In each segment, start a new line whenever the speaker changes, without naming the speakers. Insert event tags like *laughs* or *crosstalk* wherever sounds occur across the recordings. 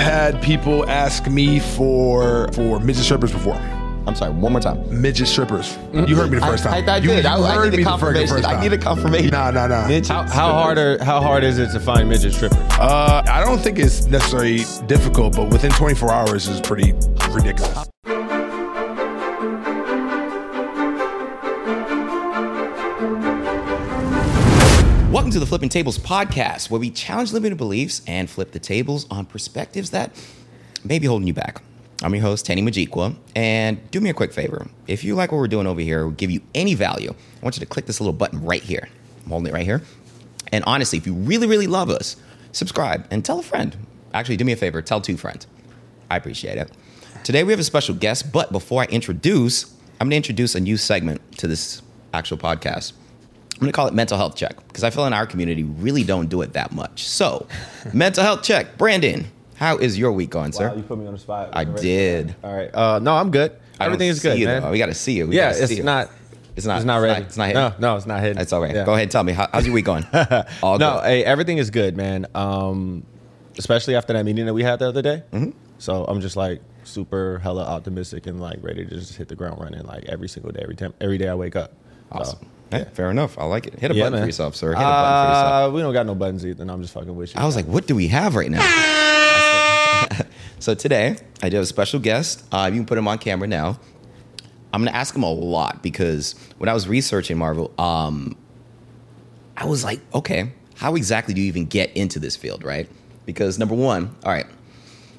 had people ask me for for midget strippers before.
I'm sorry, one more time.
Midget strippers. You heard me the first
Mm-hmm. I,
time.
I, I
You-
did.
you
I, I
heard
need
me the fucking
a confirmation.
first
I
time.
need a confirmation.
Nah, nah, nah.
Midgets.
How, how hard are how hard is it to find midget strippers?
Uh, I don't think it's necessarily difficult, but within 24 hours is pretty ridiculous.
Welcome to the Flipping Tables podcast, where we challenge limited beliefs and flip the tables on perspectives that may be holding you back. I'm your host, Tani Majiqua, and do me a quick favor. If you like what we're doing over here, or give you any value, I want you to click this little button right here. I'm holding it right here. And honestly, if you really, really love us, subscribe and tell a friend. Actually, do me a favor, tell two friends. I appreciate it. Today we have a special guest, but before I introduce, I'm going to introduce a new segment to this actual podcast. I'm going to call it mental health check because I feel in our community really don't do it that much.
*laughs*
So, mental health check. Brandon, how is your week going,
Wow,
sir?
put me on the spot.
I did.
All right. Uh, no, I'm good.
I don't
Everything is
see
good,
you,
man.
though. We got to see you. We
yeah,
gotta
it's
see you.
not.
It's not.
It's not ready.
It's not,
No,
hidden.
no, it's not hidden.
It's all right.
Yeah.
Go ahead, tell me how, how's your week
*laughs*
going? All
No,
good.
hey, everything is good, man. Um, especially after that meeting that we had the other day.
Mm-hmm.
So I'm just like super hella optimistic and like ready to just hit the ground running like every single day, every time, every day I wake up. So,
awesome. Hey, Fair enough. I like it. Hit a
yeah,
button
man.
for yourself, sir. Hit a button for yourself.
Uh, we don't got no buttons either. and I'm just fucking with you.
Uh, I was like, what do we have right now? *laughs* so today, I do have a special guest. Uh, you can put him on camera now. I'm going to ask him a lot because when I was researching Marvel, um, I was like, okay, how exactly do you even get into this field, right? Because number one, all right,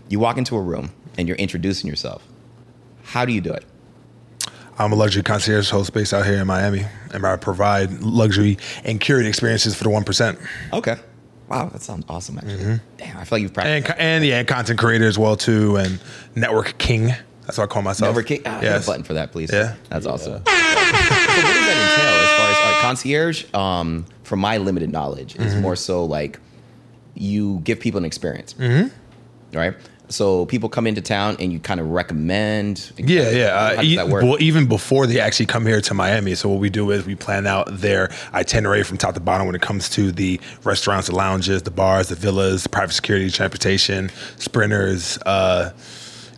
you walk into a room and you're introducing yourself. How do you do it?
I'm a luxury concierge host based out here in Miami, and I provide luxury and curated experiences for the one percent,
Okay. Wow, that sounds awesome, actually. Damn, I feel like you've practiced.
and co- and yeah, and content creator as well too, and network king. That's what I call myself.
Over kick. Ah, hit
Yes.
a button for that, please.
Yeah.
That's awesome. So what does that entail as far as all right, concierge? Um, from my limited knowledge, is
Mm-hmm.
more so like you give people an experience, mm-hmm. right? So people come into town and you kind of recommend.
Yeah, yeah.
How
Uh,
does
e-
that work?
well, even before they actually come here to Miami, so what we do is we plan out their itinerary from top to bottom when it comes to the restaurants, the lounges, the bars, the villas, private security, transportation, sprinters. Uh,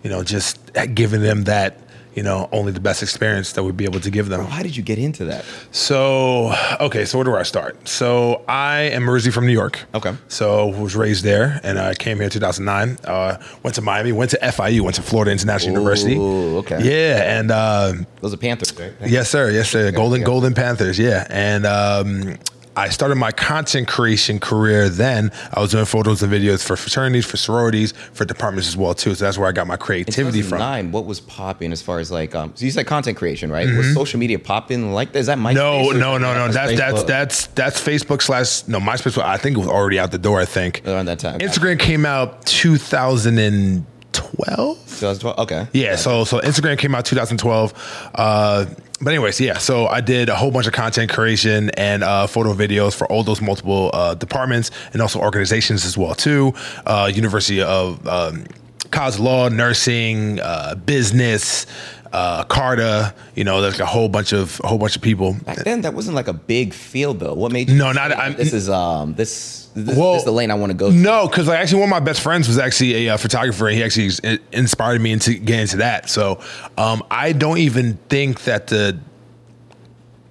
you know, just giving them that. You know, only the best experience that we'd be able to give them.
How did you get into that?
So, okay, so where do I start? So, I am originally from New York.
Okay.
So, was raised there and I came here in 2009. Uh, went to Miami, went to FIU, went to Florida International University.
Ooh, okay.
Yeah, and uh,
Those are Panthers, right?
yes, sir, yes, sir. Golden
yeah.
Golden Panthers, yeah. And um, I started my content creation career then. I was doing photos and videos for fraternities, for sororities, for departments as well, too. So, that's where I got my creativity from.
Nine. What was popping as far as like? Um, so you said content creation, right? Was social media popping like? Is that my?
Mm-hmm. No, no, no, no. That's that's
Facebook.
that's that's Facebook slash no MySpace. was- I think it was already out the door. I think
Around that time.
Instagram came out 2012.
2012. Okay.
Yeah, so so Instagram came out 2012. Uh, but anyways, yeah, so I did a whole bunch of content creation and uh, photo videos for all those multiple uh, departments and also organizations as well too. Uh, University of um, College of Law, nursing, uh, business, uh, Carta. You know, there's a whole bunch of a whole bunch of people.
Back then, that wasn't like a big field, though. What made you?
No, not-
say,
I'm-
this is um this this,
Well,
this is the lane I want to go. to.
No, because like actually one of my best friends was actually a uh, photographer, and he actually s- in- inspired me into getting into that. So um, I don't even think that the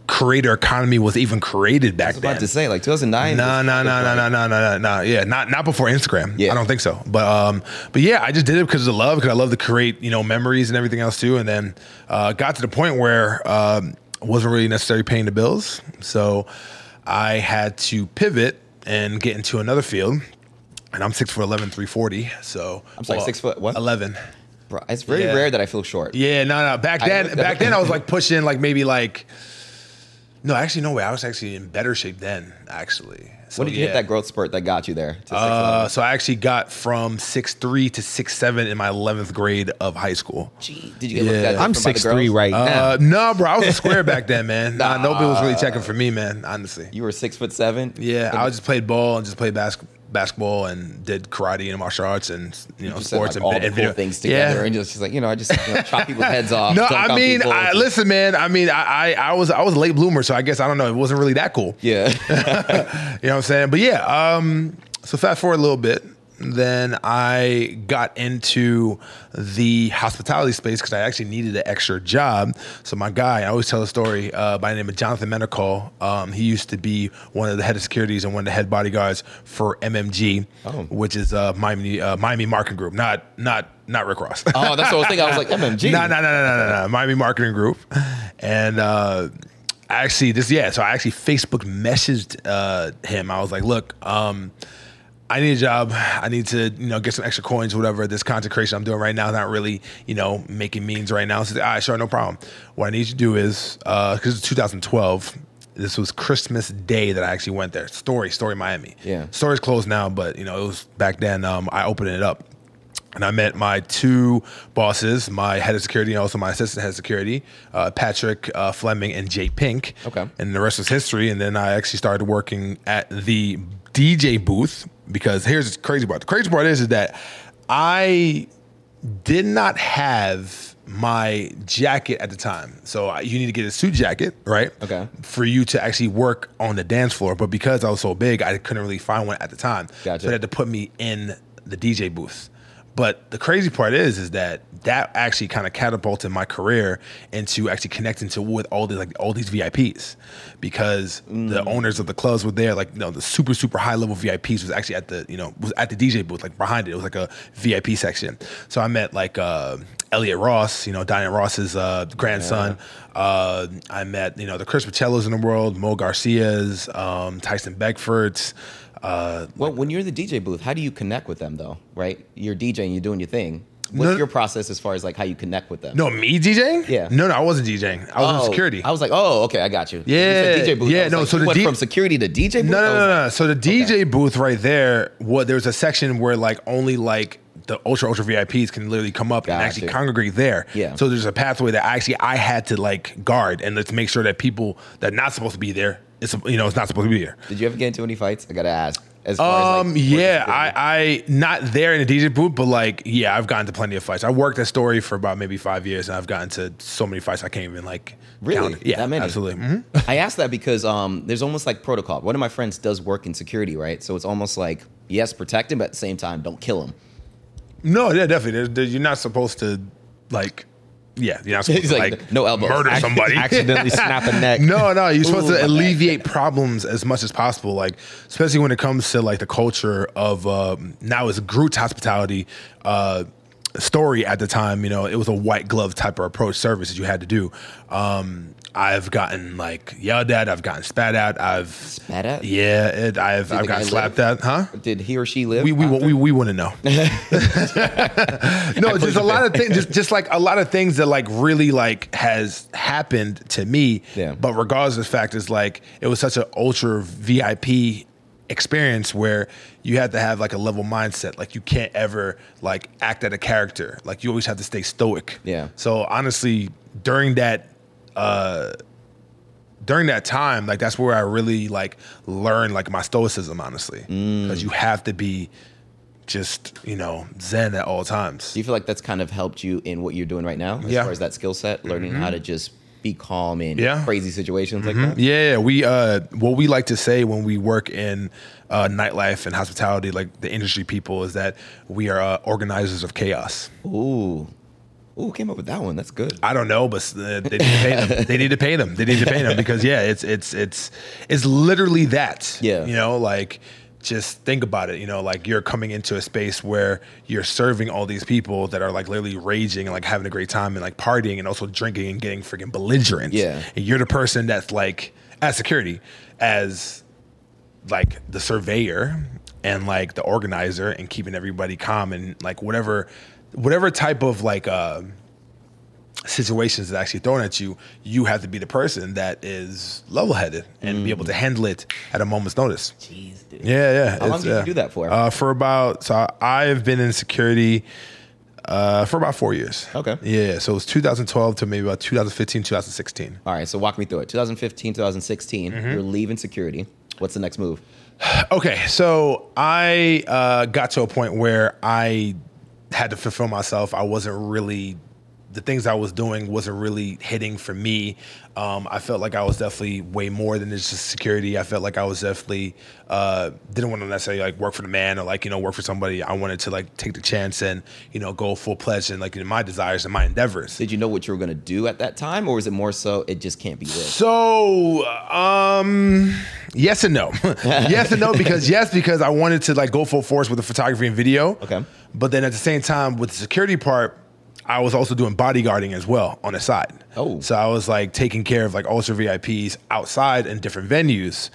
creator economy was even created back
I was about
then.
to say like 2009.
No,
was-
no, no, no, no, no, no, no, no. Yeah, not not before Instagram.
Yeah.
I don't think so. But um, but yeah, I just did it because of the love, because I love to create, you know, memories and everything else too. And then uh, got to the point where um, wasn't really necessarily paying the bills, so I had to pivot and get into another field. And I'm six foot 11, 340. So
I'm sorry, six foot what?
Eleven.
Bro, it's very
Yeah.
rare that I feel short.
Yeah, no, no. Back
I
then,
looked
back
up-
then I
*laughs*
was like pushing like maybe like. No, actually, no way. I was actually in better shape then. Actually, so,
when did you hit
yeah.
that growth spurt that got you there? To six
Uh,
eleven?
so I actually got from six three to six seven in my eleventh grade of high school.
Gee, did you get
yeah.
looked at?
I'm
six
six three right now.
Uh, no, bro, I was a square back then, man.
*laughs*
Nah, nobody was really checking for me, man. Honestly,
You were six foot seven.
yeah, I was just played ball and just played basketball. Basketball and did karate and martial arts and you know
You said,
sports
like,
and,
all
and
the cool
video-
things
Yeah.
together, and just she's like you know, I just you know,
*laughs*
chop people's heads off.
No,
dunk
I
on
mean,
people.
I, listen, man. I mean, I, I, I was I was a late bloomer, so I guess I don't know. It wasn't really that cool.
*laughs* Yeah.
You know what I'm saying? But yeah, um, so fast forward a little bit. then I got into the hospitality space because I actually needed an extra job. So my guy, I always tell a story uh, by the name of Jonathan Menical. Um, he used to be one of the head of securities and one of the head bodyguards for MMG, which is uh, Miami uh, Miami Marketing Group, not not not Rick Ross. *laughs*
Oh, that's what I was thinking. I was like, MMG.
No, no, no, no, no, no, no. Miami Marketing Group. And uh, actually, this, yeah, so I actually Facebook messaged uh, him. I was like, look, um, I need a job. I need to, you know, get some extra coins, whatever. This content creation I'm doing right now is not really, you know, making means right now. So, all right, sure, no problem. What I need you to do is, because it's 2012, this was Christmas Day that I actually went there. Story, Story Miami.
Yeah.
Story's closed now, but, you know, it was back then. Um, I opened it up and I met my two bosses, my head of security and also my assistant head of security, uh, Patrick uh, Fleming and Jay Pink.
Okay.
And the rest was history. And then I actually started working at the DJ booth because here's the crazy part. The crazy part is, is that I did not have my jacket at the time. So I, you need to get a suit jacket, right?
Okay.
For you to actually work on the dance floor. But because I was so big, I couldn't really find one at the time.
Gotcha.
So they had to put me in the DJ booth. But the crazy part is, is that that actually kind of catapulted my career into actually connecting to with all these like all these VIPs, because the owners of the clubs were there. Like, you know, the super super high level VIPs was actually at the you know was at the DJ booth, like behind it. It was like a VIP section. So I met like uh, Elliot Ross, you know, Diane Ross's uh, grandson. Uh, I met you know the Chris Pacellos in the world, Mo Garcia's, um, Tyson Beckford's. Uh,
Well, when you're in the DJ booth, how do you connect with them though? Right? You're DJing, you're doing your thing. What's
No-
your process as far as like how you connect with them?
no, me DJing?
Yeah.
No, no, I wasn't DJing. I was in
Oh,
security.
I was like, oh, okay, I got you. You
Yeah,
said DJ booth. I
yeah,
was
no,
like,
so
you
the
went
D-
from security to DJ booth.
No, no,
I was
no,
like,
no. So the DJ booth right there, what there was a section where like only like the ultra ultra VIPs can literally come up and
Gotcha.
actually congregate there.
Yeah.
So there's a pathway that actually I had to like guard and let's make sure that people that not supposed to be there, it's you know it's not supposed to be there.
Did you ever get into any fights? I gotta ask. As far
Um,
as like,
yeah, I, I not there in the DJ booth, but like, yeah, I've gotten to plenty of fights. I worked at Story for about maybe five years, and I've gotten to so many fights I can't even like
Really?
count. it. Yeah,
That many?
absolutely. Mhm.
I asked that because um, there's almost like protocol. One of my friends does work in security, right? So it's almost like yes, protect him, but at the same time, don't kill him. *laughs*
No, yeah, definitely. There's- there- you're not supposed to like. Yeah, you're not supposed
*laughs* He's
to
like,
like,
"No elbows." *laughs*
murder
Ac-
somebody. *laughs*
accidentally snap a neck.
No, no, you're supposed
Ooh, my
to
bad.
alleviate problems as much as possible. Like, especially when it comes to like the culture of um, now is Groot's hospitality uh, story at the time. You know, it was a white glove type of approach service that you had to do. Um, I've gotten like yelled at. I've gotten spat at. I've
Spat at?
Yeah, it, I've
the
I've
guy
gotten
live?
slapped at. Huh?
Did he or she live?
we we we, we wouldn't know. *laughs* no, there's a lot of things, just just like a lot of things that like really like has happened to me.
Yeah.
But regardless of the fact, is like it was such an ultra VIP experience where you have to have like a level mindset. Like you can't ever like act at a character. Like you always have to stay stoic.
Yeah.
So honestly, during that during that time, like that's where I really like learned like my stoicism, honestly, because you have to be just you know zen at all times.
Do you feel like that's kind of helped you in what you're doing right now, as
Yeah. Mm-hmm.
far as that skill set, learning how to just be calm in
Yeah. Mm-hmm.
crazy situations like that?
Yeah, yeah, we uh, what we like to say when we work in uh, nightlife and hospitality, like the industry people, is that we are uh, organizers of chaos.
Ooh, ooh, who came up with that one. That's good.
I don't know, but uh, they need to pay
*laughs*
them. They need to pay them. They need to pay them because yeah, it's it's it's it's literally that.
Yeah.
you know, like just think about it. You know, like you're coming into a space where you're serving all these people that are like literally raging and like having a great time and like partying and also drinking and getting freaking belligerent.
Yeah.
and you're the person that's like as security as like the surveyor and like the organizer and keeping everybody calm and like whatever whatever type of like uh situations that actually thrown at you you have to be the person that is level-headed and be able to handle it at a moment's notice
Mm. Jeez, dude.
yeah yeah
How long
it's-
did you
yeah.
do that for?
uh for about so I- i've been in security uh for about four years
Okay.
yeah so it was 2012 to maybe about 2015 2016
All right, so walk me through it. 2015, 2016,
Mm-hmm.
you're leaving security. What's the next move?
Okay, so I uh, got to a point where I had to fulfill myself. I wasn't really the things I was doing wasn't really hitting for me. Um, I felt like I was definitely way more than just security. I felt like I was definitely uh, didn't want to necessarily like work for the man or like you know work for somebody. I wanted to like take the chance and you know go full pledge and like in my desires and my endeavors.
Did you know what you were going to do at that time, or was it more so it just can't be this?
So, um, yes and no. *laughs* yes and no
*laughs*
because yes because I wanted to like go full force with the photography and video.
Okay.
But then at the same time with the security part, I was also doing bodyguarding as well on the side.
Oh.
So I was like taking care of like ultra VIPs outside in different venues,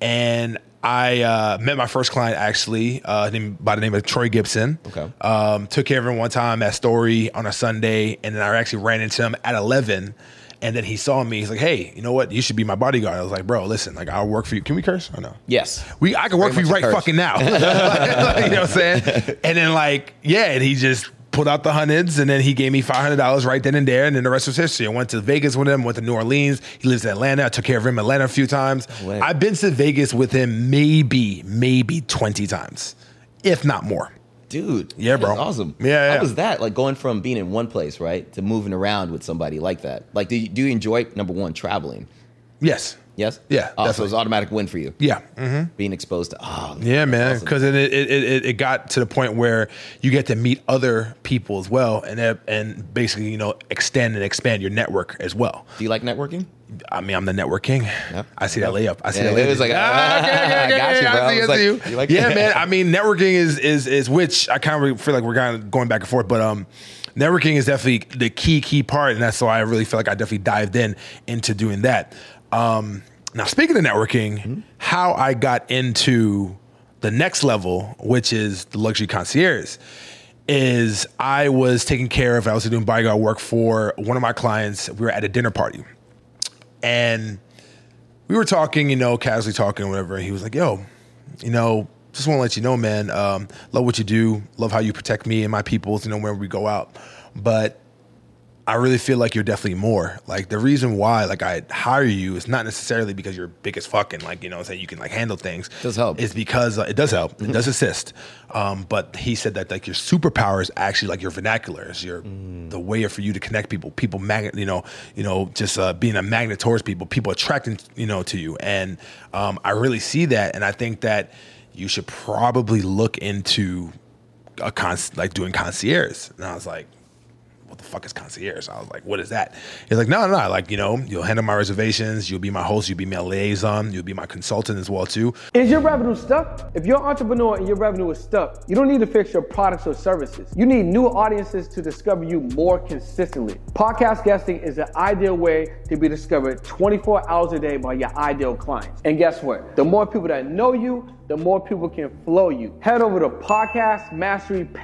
and. I uh, met my first client actually uh, named, by the name of Troy Gibson.
Okay.
Um, took care of him one time at Story on a Sunday, and then I actually ran into him at 11. And then he saw me. He's like, "Hey, you know what? You should be my bodyguard." I was like, "Bro, listen, like I'll work for you. Can we curse? I know.
Yes.
We, I can work for
Very
you
much
right
a curse.
fucking
*laughs*
now. *laughs* Like, like, you know what I'm saying? And then like, yeah, and he just pulled out the hundreds, and then he gave me five hundred dollars right then and there, and then the rest was history. I went to Vegas with him, went to New Orleans. He lives in Atlanta. I took care of him in Atlanta a few times.
way.
I've been to Vegas with him maybe, maybe twenty times, if not more.
Dude.
Yeah,
that is
bro.
Awesome.
Yeah,
How
yeah.
was that? Like going from being in one place, right, to moving around with somebody like that. Like, do you, do you enjoy number one traveling?
Yes.
Yes.
Yeah,
Oh, so it
definitely.
was an automatic win for you.
Yeah. hmm
Being exposed to. Oh.
Yeah, man.
Mm-hmm. awesome.
Because it, it, it, it- it got to the point where you get to meet other people as well, and that- and basically you know extend and expand your network as well.
Do you like networking?
I mean, I'm the network king.
Yep.
I see that layup. I see
Yeah,
that.
it was
layup.
like,
Ah,
*laughs*
okay, okay, okay,
got you,
okay,
bro.
I see,
It was
I
like,
see you.
you like
yeah,
that? *laughs*
man. I mean, networking is is is which I kind of feel like we're kind of going back and forth, but um, networking is definitely the key key part, and that's why I really feel like I definitely dived in into doing that. Um, now speaking of networking,
Mm-hmm.
how I got into the next level, which is the luxury concierge is I was taking care of, I was doing bodyguard work for one of my clients. We were at a dinner party and we were talking, you know, casually talking or whatever. And he was like, yo, you know, just want to let you know, man, um, love what you do, love how you protect me and my peoples, you know, when we go out. But I really feel like you're definitely more. Like the reason why, like I hire you, is not necessarily because you're big as fucking, like you know, say you can like handle things.
Does help. Mm-hmm.
It's because uh, it does help. It does assist. Um, but he said that like your superpower is actually like your vernacular, is your
Mm.
the way for you to connect people, people magnet, you know, you know, just uh, being a magnet towards people, people attracting you know to you, and um, I really see that, and I think that you should probably look into a con- like doing concierge. And I was like, what the fuck is concierge? I was like, what is that? He's like, no, no, no. Like, you know, you'll handle my reservations, you'll be my host, you'll be my liaison, you'll be my consultant as well too.
Is your revenue stuck? If you're an entrepreneur and your revenue is stuck, you don't need to fix your products or services. You need new audiences to discover you more consistently. Podcast guesting is the ideal way to be discovered 24 hours a day by your ideal clients. And guess what? The more people that know you, the more people can flow you. Head over to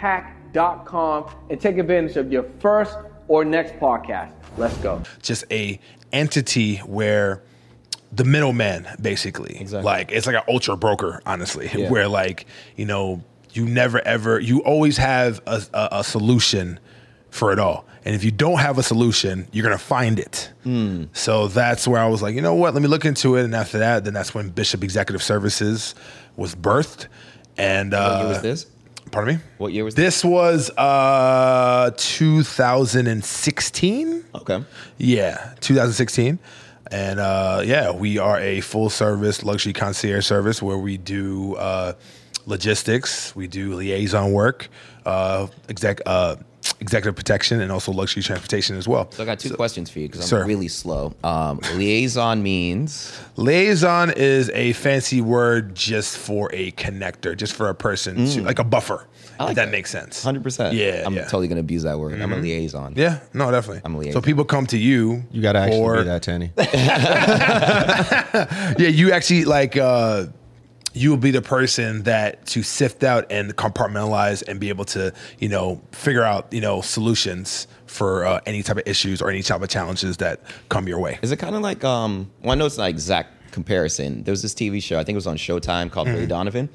podcastmasterypack.com and take advantage of your first or next podcast. Let's go.
Just a entity where the middleman basically.
Exactly.
Like it's like an ultra broker, honestly,
Yeah.
where like, you know, you never ever you always have a, a, a solution for it all. And if you don't have a solution, you're gonna find it.
Hmm.
So that's where I was like, you know what? Let me look into it. And after that, then that's when Bishop Executive Services was birthed. And uh,
What year was this?
Pardon me.
What year was this?
This was uh 2016.
Okay.
Yeah, 2016. And uh, yeah, we are a full service luxury concierge service where we do uh, logistics, we do liaison work, uh, exec, uh, executive protection, and also luxury transportation as well.
So I got two questions for you because I'm
Sir.
really slow. Um, liaison means
Liaison is a fancy word just for a connector, just for a person, to, like a buffer,
Mm. I like
if that,
that.
makes sense.
100%.
Yeah,
I'm
yeah. Mm-hmm.
totally going to abuse that word. I'm a liaison.
Yeah, no, definitely.
I'm a
So
liaison.
people come to you.
You gotta actually
for-
be that Tanny.
Yeah, you actually like uh you will be the person that to sift out and compartmentalize and be able to, you know, figure out, you know, solutions for uh, any type of issues or any type of challenges that come your way.
Is it kind of like um? Well, I know it's not exact comparison. There was this TV show. I think it was on Showtime called
Mm-hmm.
Ray Donovan.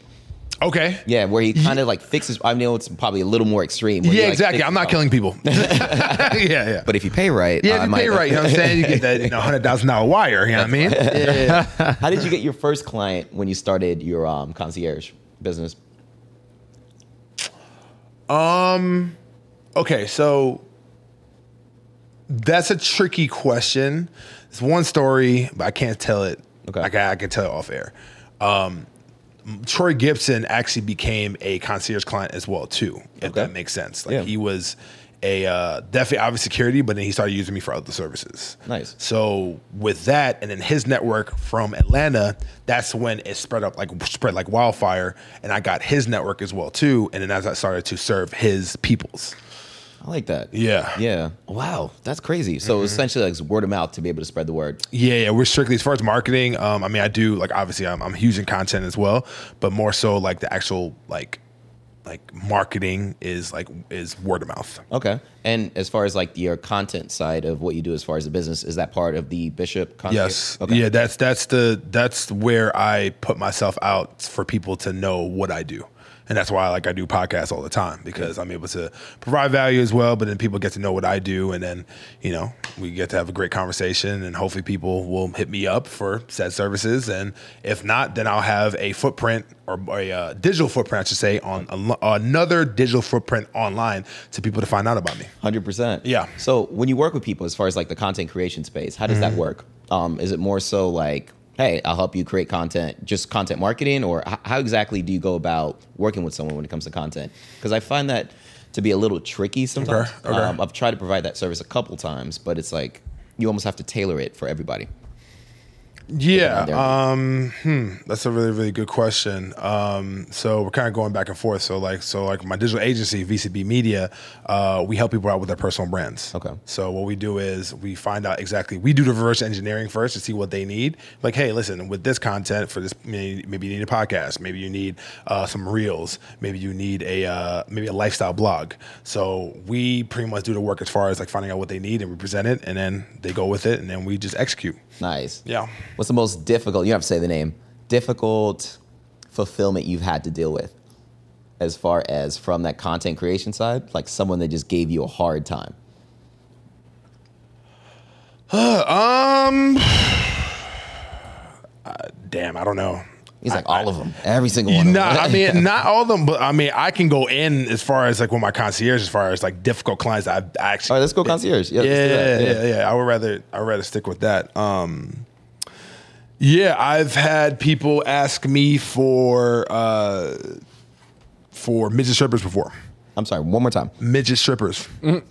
Okay.
Yeah, where he kind of like fixes. I know it's probably a little more extreme. where he,
Yeah,
like,
exactly.
fixes
I'm not
up.
killing
*laughs*
people. *laughs* yeah, yeah.
But uh, if you pay right,
yeah,
I
if you
might- *laughs*
pay right, you know what I'm saying? You get that you know, hundred thousand dollar wire, you know what I mean?
How did you get your first client when you started your um concierge business?
Okay, so That's a tricky question. It's one story, but I can't tell it.
Okay.
I can, I can tell it off air. Um, Troy Gibson actually became a concierge client as well too. If
Okay.
that makes sense. Like
Yeah.
he was a uh, definitely out of security, but then he started using me for other services.
Nice.
So with that, and then his network from Atlanta, that's when it spread up like spread like wildfire, and I got his network as well too. And then as I started to serve his peoples,
I like that.
Yeah. Mm-hmm.
Yeah. Wow. That's crazy. So essentially, like it's word of mouth to be able to spread the word.
Yeah, yeah, we're strictly as far as marketing. Um, I mean, I do like obviously I'm, I'm huge in content as well, but more so like the actual like like marketing is like is word of mouth.
Okay. And as far as like your content side of what you do as far as the business, is that part of the Bishop content?
Yes,
Okay.
yeah, that's that's the that's where I put myself out for people to know what I do, and that's why like I do podcasts all the time because I'm able to provide value as well. But then people get to know what I do, and then you know we get to have a great conversation, and hopefully people will hit me up for said services, and if not, then I'll have a footprint or a uh, digital footprint, I should say, on a- another digital footprint online to people to find out about me.
Hundred percent.
Yeah.
So when you work with people, as far as like the content creation space, how does
Mm-hmm.
that work? Um, is it more so like, hey, I'll help you create content, just content marketing, or h- how exactly do you go about working with someone when it comes to content? Because I find that to be a little tricky sometimes.
Okay, okay.
Um, I've tried to provide that service a couple times, but it's like you almost have to tailor it for everybody.
Yeah.
there.
Um, hmm, that's a really, really good question. Um, so we're kind of going back and forth. So like, so like my digital agency, VCB Media, uh, we help people out with their personal brands.
Okay.
So what we do is we find out exactly. We do the reverse engineering first to see what they need. Like, hey, listen, with this content for this, may- maybe you need a podcast, maybe you need uh, some reels, maybe you need a uh, maybe a lifestyle blog. So we pretty much do the work as far as like finding out what they need and we present it, and then they go with it, and then we just execute.
Nice.
Yeah.
What's the most difficult? You don't have to say the name. Difficult fulfillment you've had to deal with, as far as from that content creation side, like someone that just gave you a hard time.
Um, uh, damn, I don't know.
He's like all of them, every single one.
Nah,
of them.
I
*laughs*
mean, not all of them, but I mean, I can go in as far as like with my concierge, as far as like difficult clients. that I've actually.
all right, let's go concierge. Yeah, let's
yeah,
do that.
yeah, yeah, yeah. I would rather I would rather stick with that. Um, yeah, I've had people ask me for uh, for midget strippers before.
I'm sorry. One more time.
Midget strippers. you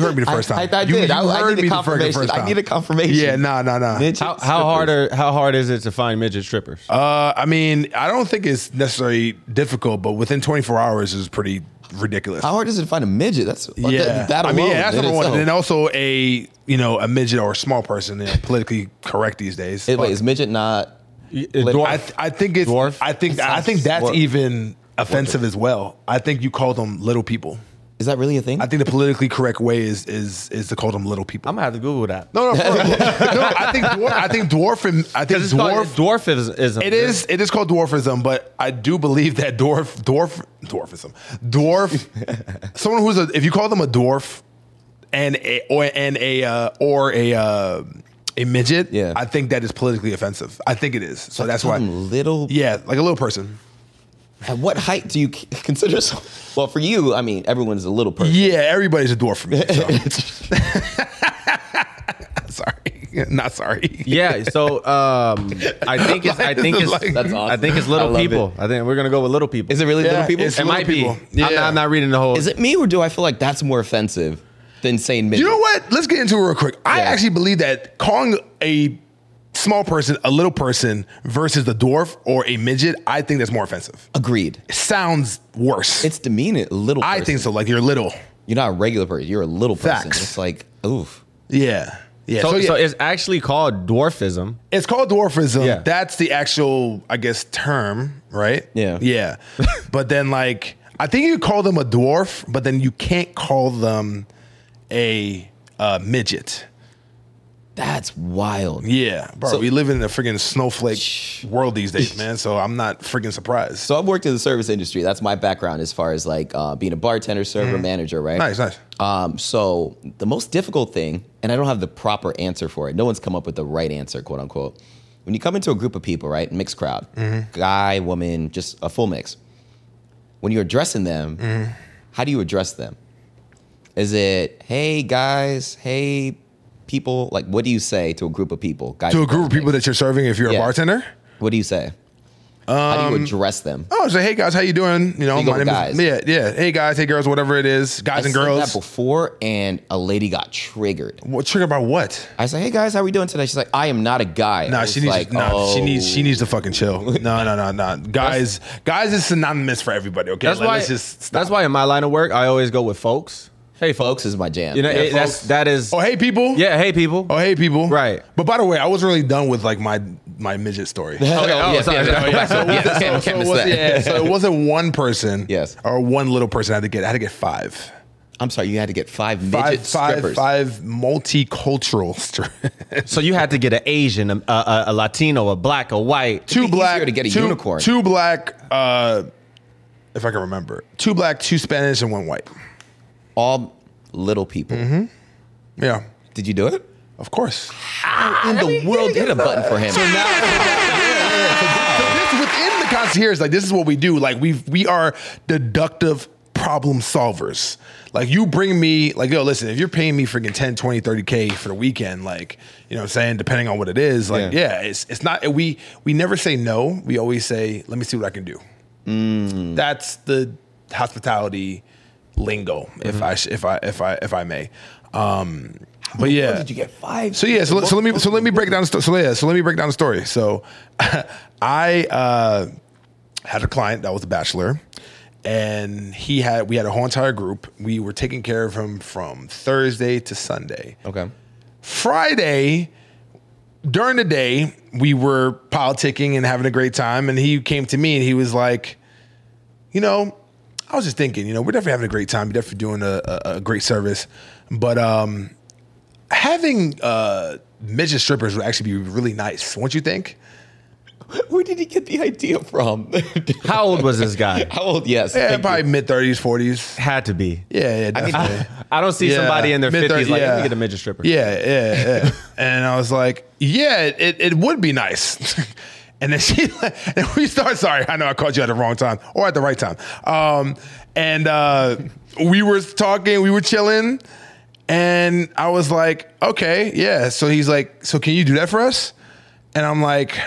heard me the first
Mm-hmm. I-
time.
I, I
You-
did.
you
I, I
heard
need
me the
a
fucking
confirmation.
first
I
time.
need a confirmation.
Yeah, nah, nah, nah.
Midget
How, how hard are how hard is it to find midget strippers?
Uh, I mean, I don't think it's necessarily difficult, but within 24 hours is pretty ridiculous.
How hard is it to find a midget? That's
yeah,
That, that
I
alone.
mean, yeah, that's
in
number one.
itself.
And then also a you know a midget or a small person, you know, politically correct these days.
Hey,
Fuck.
Wait, is midget not?
Y-
Lit-
dwarf-
I, th- I think it's
Dwarf?
I think I think that's
Dwarf.
even offensive as well. I think you call them little people.
Is that really a thing?
I think the politically correct way is is is to call them little people.
I'm gonna have to Google that.
no, no,
*laughs*
for, no. I think dwarf, I think dwarf and I think
Because it's
dwarf
called dwarfism.
It is. It is called dwarfism, but I do believe that dwarf, dwarf, dwarfism, dwarf. someone who's a, if you call them a dwarf, and a or and a uh, or a uh, a midget,
Yeah.
I think that is politically offensive. I think it is. So that's
Call
why.
them little.
Yeah, like a little person.
At what height do you c- *laughs* consider? So- well, for you, I mean, everyone's a little person.
Yeah, everybody's a dwarf for me. so. *laughs* sorry, not sorry.
Yeah. So um,
*laughs*
I think it's I think it's
Like- That's
awesome.
I think it's
I
little
love
people. I think we're gonna go with little people.
Is it really little
Yeah,
people?
it's-
It
little
might be.
people.
I'm,
Yeah.
not, I'm not reading the whole.
Is it me, or do I feel like that's more offensive than saying midget?
You know what? Let's get into it real quick. I
Yeah.
actually believe that calling a small person a little person versus the dwarf or a midget, I think that's more offensive.
Agreed.
It sounds worse.
It's demeaning. a Little.
I
person.
think so. Like you're little.
You're not a regular person. You're a little person.
Facts.
It's like, oof.
Yeah. Yeah. So,
So,
yeah,
so
it's,
it's actually called dwarfism.
called dwarfism.
Yeah.
That's the actual, I guess, term, right?
Yeah.
Yeah. but then like I think you call them a dwarf, but then you can't call them a uh, midget.
That's wild.
Yeah, bro.
So-
we live in a freaking snowflake world these days, man. So I'm not freaking surprised.
So I've worked in the service industry. That's my background as far as like uh, being a bartender, server, manager, right?
Mm-hmm. nice, nice.
Um, so the most difficult thing, and I don't have the proper answer for it. No one's come up with the right answer, quote unquote. When you come into a group of people, right, mixed crowd,
Mm-hmm.
guy, woman, just
Mm-hmm.
a full mix. When you're addressing them, how do you address them? Is it, hey guys, hey people? Like, what do you say to a group of people? Guys,
to a
and
group of
girls,
people that you're serving if you're
Yeah.
a bartender?
What do you say? How do you address them?
Oh, say, hey guys, how you doing? You know,
You go
my
with
name
guys.
is yeah, yeah. Hey guys, hey girls, whatever it is, guys and
I said
girls.
that before, and a lady got triggered.
What trigger by what?
I said, "Hey guys, how we doing today?" She's like, "I am not a guy." I
Nah,
was
she needs.
like,
nah, she needs. She
"Oh."
needs to fucking chill. No, no, no, no. Guys, guys is synonymous for everybody. Okay,
That's
Like,
why.
Let's just stop.
That's why in my line of work, I always go with folks.
Hey, folks, is my jam.
You know,
Yeah. *laughs*
it- that's
folks.
that is.
Oh hey people.
yeah. Hey, people.
Oh hey people.
Right.
But by the way, I was really done with like my my midget story.
Oh,
oh,
yes,
sorry,
yes,
sorry.
go back.
So
*laughs* Yes,
so,
can't-
so
can't
it
miss
wasn't,
that.
yeah, so it wasn't one person.
*laughs* Yes.
Or one little person. I had to get. I had to get five.
I'm sorry, you had to get five midget
Five, five,
strippers.
five
*laughs*
multicultural strippers.
So you had to get an Asian, a, a, a Latino, a black, a white.
two
be
black
easier to get a
two,
unicorn.
Two black, uh, if I can remember, two black, two Spanish, and one white.
All little people.
Mm-hmm. Yeah,
Did you do it?
of course.
In the world, hit a button for him.
So this within the concierge, like this is what we do. Like we we are deductive problem solvers. Like you bring me, like yo, listen, if you're paying me freaking 10, 20, 30 k for the weekend, like you know, what I'm saying depending on what it is, like
Yeah.
yeah, it's it's not we we never say no. We always say, let me see what I can do.
Mm.
That's the hospitality lingo,
Mm-hmm.
if I sh- if I if I if I may. Um, but yeah,
Did you get five?
so yeah, so, let- so let me so let me break down the story. So yeah, so let me break down the story. So *laughs* I uh, had a client that was a bachelor, and he had we had a whole entire group. We were taking care of him from Thursday to Sunday.
Okay.
Friday, during the day, we were politicking and having a great time. And he came to me and he was like, you know, I was just thinking, you know, we're definitely having a great time. We're definitely doing a, a, a great service. But um, having uh, midget strippers would actually be really nice, won't you think?
Where did he get the idea from? *laughs*
How old was
*laughs*
this guy?
How old? Yes.
Yeah,
thank you.
probably mid 30s, 40s.
Had to be.
Yeah, yeah, definitely.
*laughs* I don't see
Yeah,
somebody in their
mid-
fifties like
yeah.
let me get a midget stripper.
Yeah, yeah, yeah. *laughs* and I was like, yeah, it, it would be nice. *laughs* and then she, *laughs* and we start, sorry, I know I called you at the wrong time or at the right time. Um, and uh, we were talking, we were chilling. And I was like, okay, yeah. So he's like, so can you do that for us? And I'm like,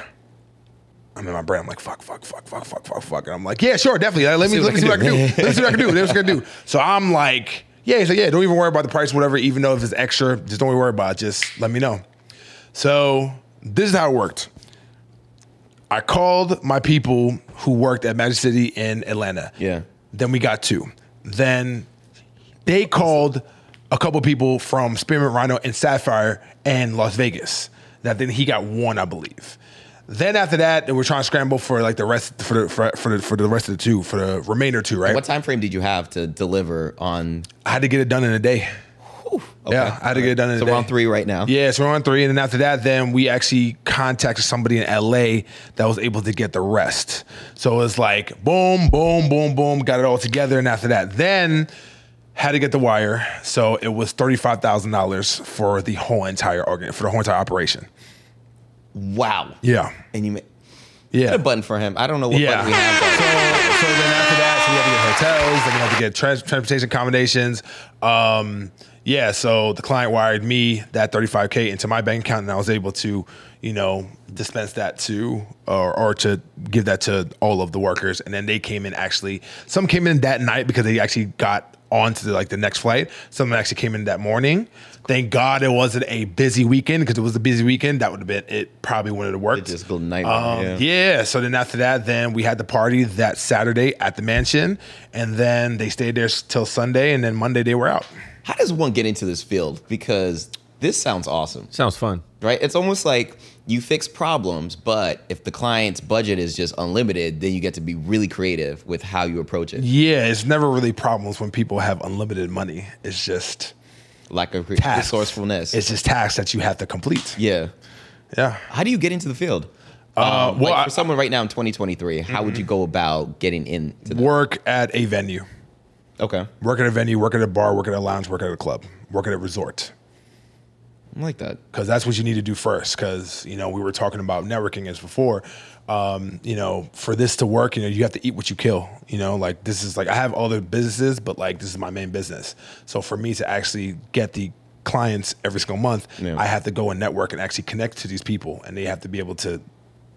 I'm in my brain. I'm like, fuck, fuck, fuck, fuck, fuck, fuck, fuck. And I'm like, yeah, sure, definitely. Like, let me let me see what I can do. Let me see what I can do. Let me see what I *laughs* can do. So I'm like, yeah, he's like, yeah, don't even worry about the price, whatever. Even though if it's extra, just don't worry about it. Just let me know. So this is how it worked. I called my people who worked at Magic City in Atlanta.
Yeah.
Then we got two. Then they called a couple people from Spearmint Rhino and Sapphire and Las Vegas. Now then he got one, I believe. Then after that, they were trying to scramble for like the rest for the for, for the for the rest of the two for the remainder two, right?
What time frame did you have to deliver on?
I had to get it done in a day.
Okay.
Yeah, I had to get it done in
So
a day.
we're on three right now.
Yeah, so we're on three, and then after that, then we actually contacted somebody in LA that was able to get the rest. So it was like boom, boom, boom, boom, got it all together, and after that, then had to get the wire. So it was thirty five thousand dollars for the whole entire organ for the whole entire operation.
Wow.
Yeah,
And you ma-
yeah.
hit a button for him. I don't know what
Yeah.
button we have.
So, so then after that, so we have to get hotels, then we have to get trans- transportation accommodations. Um, yeah, so the client wired me that 35K into my bank account, and I was able to, you know, dispense that to or, or to give that to all of the workers. And then they came in actually, some came in that night because they actually got onto the, like the next flight. Some actually came in that morning. Thank God it wasn't a busy weekend because it was a busy weekend. That would have been it. Probably wouldn't have *laughs* worked.
just go nightmare,
Um,
yeah.
yeah. So then after that, then we had the party that Saturday at the mansion, and then they stayed there s- till Sunday, and then Monday they were out.
How does one get into this field? Because this sounds awesome,
Sounds fun.
right? It's almost like you fix problems, but if the client's budget is just unlimited, then you get to be really creative with how you approach it.
Yeah, it's never really problems when people have unlimited money. It's just
Lack of cre-
tasks.
resourcefulness.
It's just tasks that you have to complete.
yeah.
Yeah.
How do you get into the field?
Uh,
Um,
well, I-
like
Mm-hmm.
for someone right now in 2023, how would you go about getting into? The-
work at a venue.
okay.
Work at a venue. Work at a bar. Work at a lounge. Work at a club. Work at a resort.
I like that.
because that's what you need to do first. Because you know we were talking about networking as before. Um, you know, for this to work, you know, you have to eat what you kill. You know, like this is like I have other businesses, but like this is my main business. So for me to actually get the clients every single month,
Yeah.
I have to go and network and actually connect to these people, and they have to be able to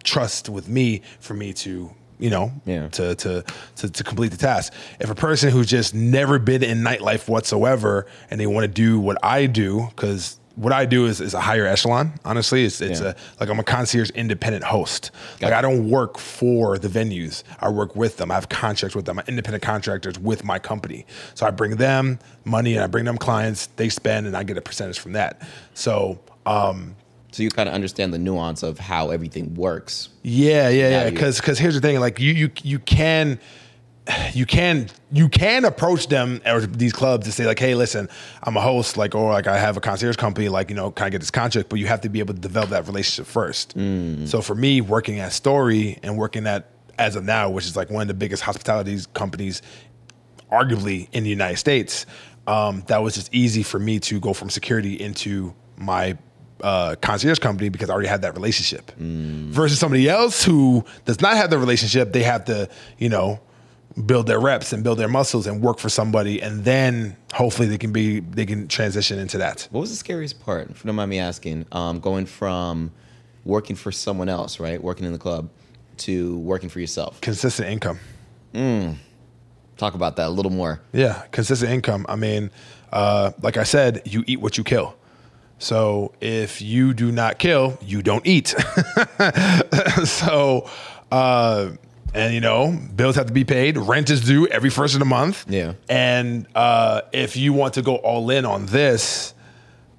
trust with me for me to. You know,
Yeah.
to, to to to complete the task. If a person who's just never been in nightlife whatsoever and they want to do what I do, because what I do is, is a higher echelon. Honestly, it's it's
Yeah.
a like I'm a concierge independent host.
Got
like
it.
I don't work for the venues. I work with them. I have contracts with them. I'm independent contractors with my company. So I bring them money and I bring them clients. They spend and I get a percentage from that. So um,
So you kind of understand the nuance of how everything works.
yeah, yeah, yeah.
Value.
Because because here's the thing, like you you you can. You can you can approach them or these clubs and say like, hey, listen, I'm a host, like, or like I have a concierge company, like, you know, can I get this contract? But you have to be able to develop that relationship first. So for me, working at Story and working at as of now, which is like one of the biggest hospitality companies arguably in the United States, um, that was just easy for me to go from security into my uh, concierge company because I already had that relationship. Versus somebody else who does not have the relationship, they have to, you know, build their reps and build their muscles and work for somebody, and then hopefully they can be they can transition into that.
What was the scariest part, if you don't mind me asking, um, going from working for someone else, right, working in the club, to working for yourself?
Consistent income.
Talk about that a little more.
Yeah, consistent income. I mean, uh, like I said, you eat what you kill. So if you do not kill, you don't eat. *laughs* so, uh, and you know, bills have to be paid. Rent is due every first of the month.
Yeah.
And uh, if you want to go all in on this,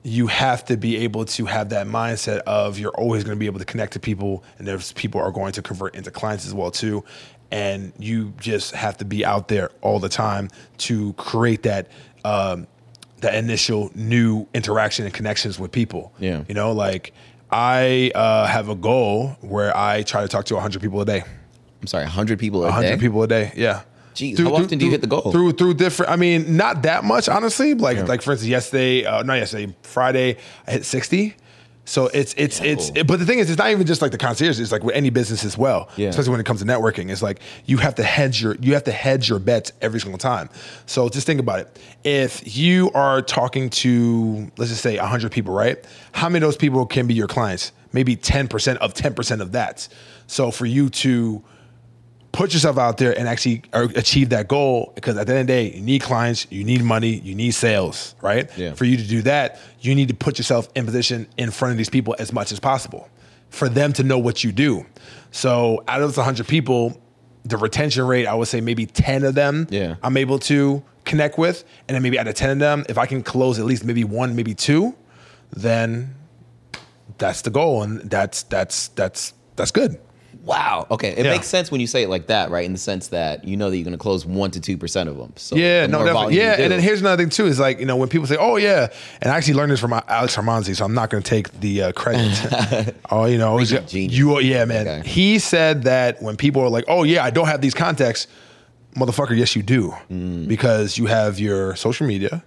you have to be able to have that mindset of you're always going to be able to connect to people and there's people are going to convert into clients as well too and you just have to be out there all the time to create that um that initial new interaction and connections with people
Yeah.
you know like i uh have a goal where i try to talk to 100 people a day
I'm sorry, 100 people a
100
day.
people a day yeah
Jeez, how often do you hit the goal?
through through different. I mean, not that much, honestly. Like like for instance, yesterday, uh, not yesterday, Friday, I hit sixty. So it's it's it's.
Yo.
but the thing is, it's not even just like the concierge. It's like with any business as well,
Yeah.
especially when it comes to networking. It's like you have to hedge your you have to hedge your bets every single time. So just think about it. If you are talking to let's just say hundred people, right? How many of those people can be your clients? Maybe ten percent of ten percent of that. So for you to put yourself out there and actually uh, achieve that goal because at the end of the day you need clients you need money you need sales right
Yeah.
for you to do that you need to put yourself in position in front of these people as much as possible for them to know what you do so out of the 100 people the retention rate i would say maybe 10 of them
Yeah.
i'm able to connect with and then maybe out of 10 of them if i can close at least maybe one maybe two then that's the goal and that's that's that's that's good
Wow. Okay. It
Yeah.
makes sense when you say it like that, right? In the sense that you know that you're going to close 1% to 2% of them. So
Yeah,
the
no,
more
definitely.
volume you
Yeah,
do-
and then here's another thing too is like you know when people say, "Oh yeah," and I actually learned this from uh, Alex Hermanzi, so I'm not going to take the uh, credit.
*laughs*
oh, you know, it was,
Freaking genius.
you, yeah, man.
Okay.
He said that when people are like, "Oh yeah, I don't have these contacts," motherfucker, yes you do,
Mm.
because you have your social media.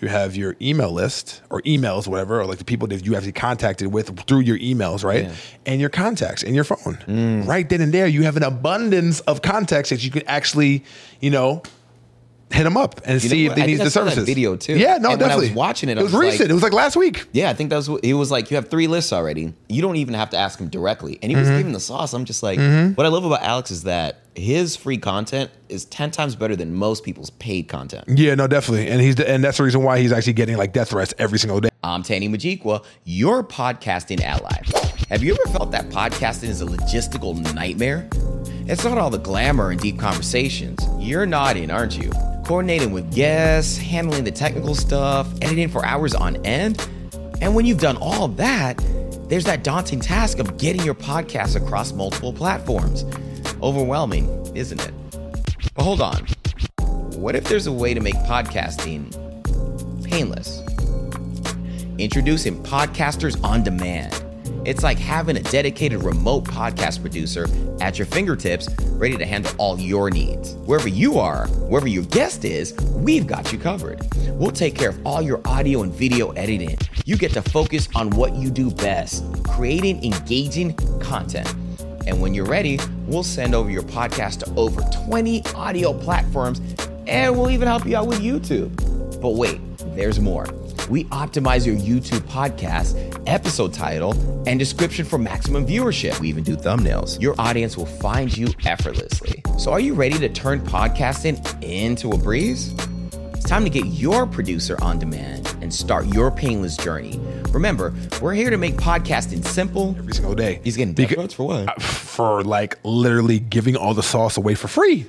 You have your email list or emails, whatever, or like the people that you actually contacted with through your emails, right? And your contacts and your phone.
Mm.
Right then and there, you have an abundance of contacts that you can actually, you know, hit him up and
You know
see
what?
if they
I
need
think I
the
saw that
services.
video, too.
Yeah, no,
And when I
definitely.
was watching it, I
it was,
was like-
recent. it was like last week.
Yeah, I think that was what he was like. You have three lists already. You don't even have to ask him directly. And he
Mm-hmm.
was giving the sauce. I'm just like, what I love about Alex is that his free content is 10 times better than most people's paid content.
Yeah, no, definitely. And he's and that's the reason why he's actually getting like death threats every single day.
I'm Tani Majikwa, your podcasting ally. Have you ever felt that podcasting is a logistical nightmare? It's not all the glamour and deep conversations. You're nodding, aren't you? Coordinating with guests, handling the technical stuff, editing for hours on end. And when you've done all that, there's that daunting task of getting your podcast across multiple platforms. Overwhelming, isn't it? But hold on. What if there's a way to make podcasting painless? Introducing Podcasters on Demand. It's like having a dedicated remote podcast producer at your fingertips, ready to handle all your needs. Wherever you are, wherever your guest is, we've got you covered. We'll take care of all your audio and video editing. You get to focus on what you do best creating engaging content. And when you're ready, we'll send over your podcast to over 20 audio platforms and we'll even help you out with YouTube. But wait, there's more. We optimize your YouTube podcast, episode title, and description for maximum viewership. We even do thumbnails. Your audience will find you effortlessly. So, are you ready to turn podcasting into a breeze? It's time to get your producer on demand and start your painless journey. Remember, we're here to make podcasting simple.
every single day.
He's getting death threats for what?
I- for like literally giving all the sauce away for free.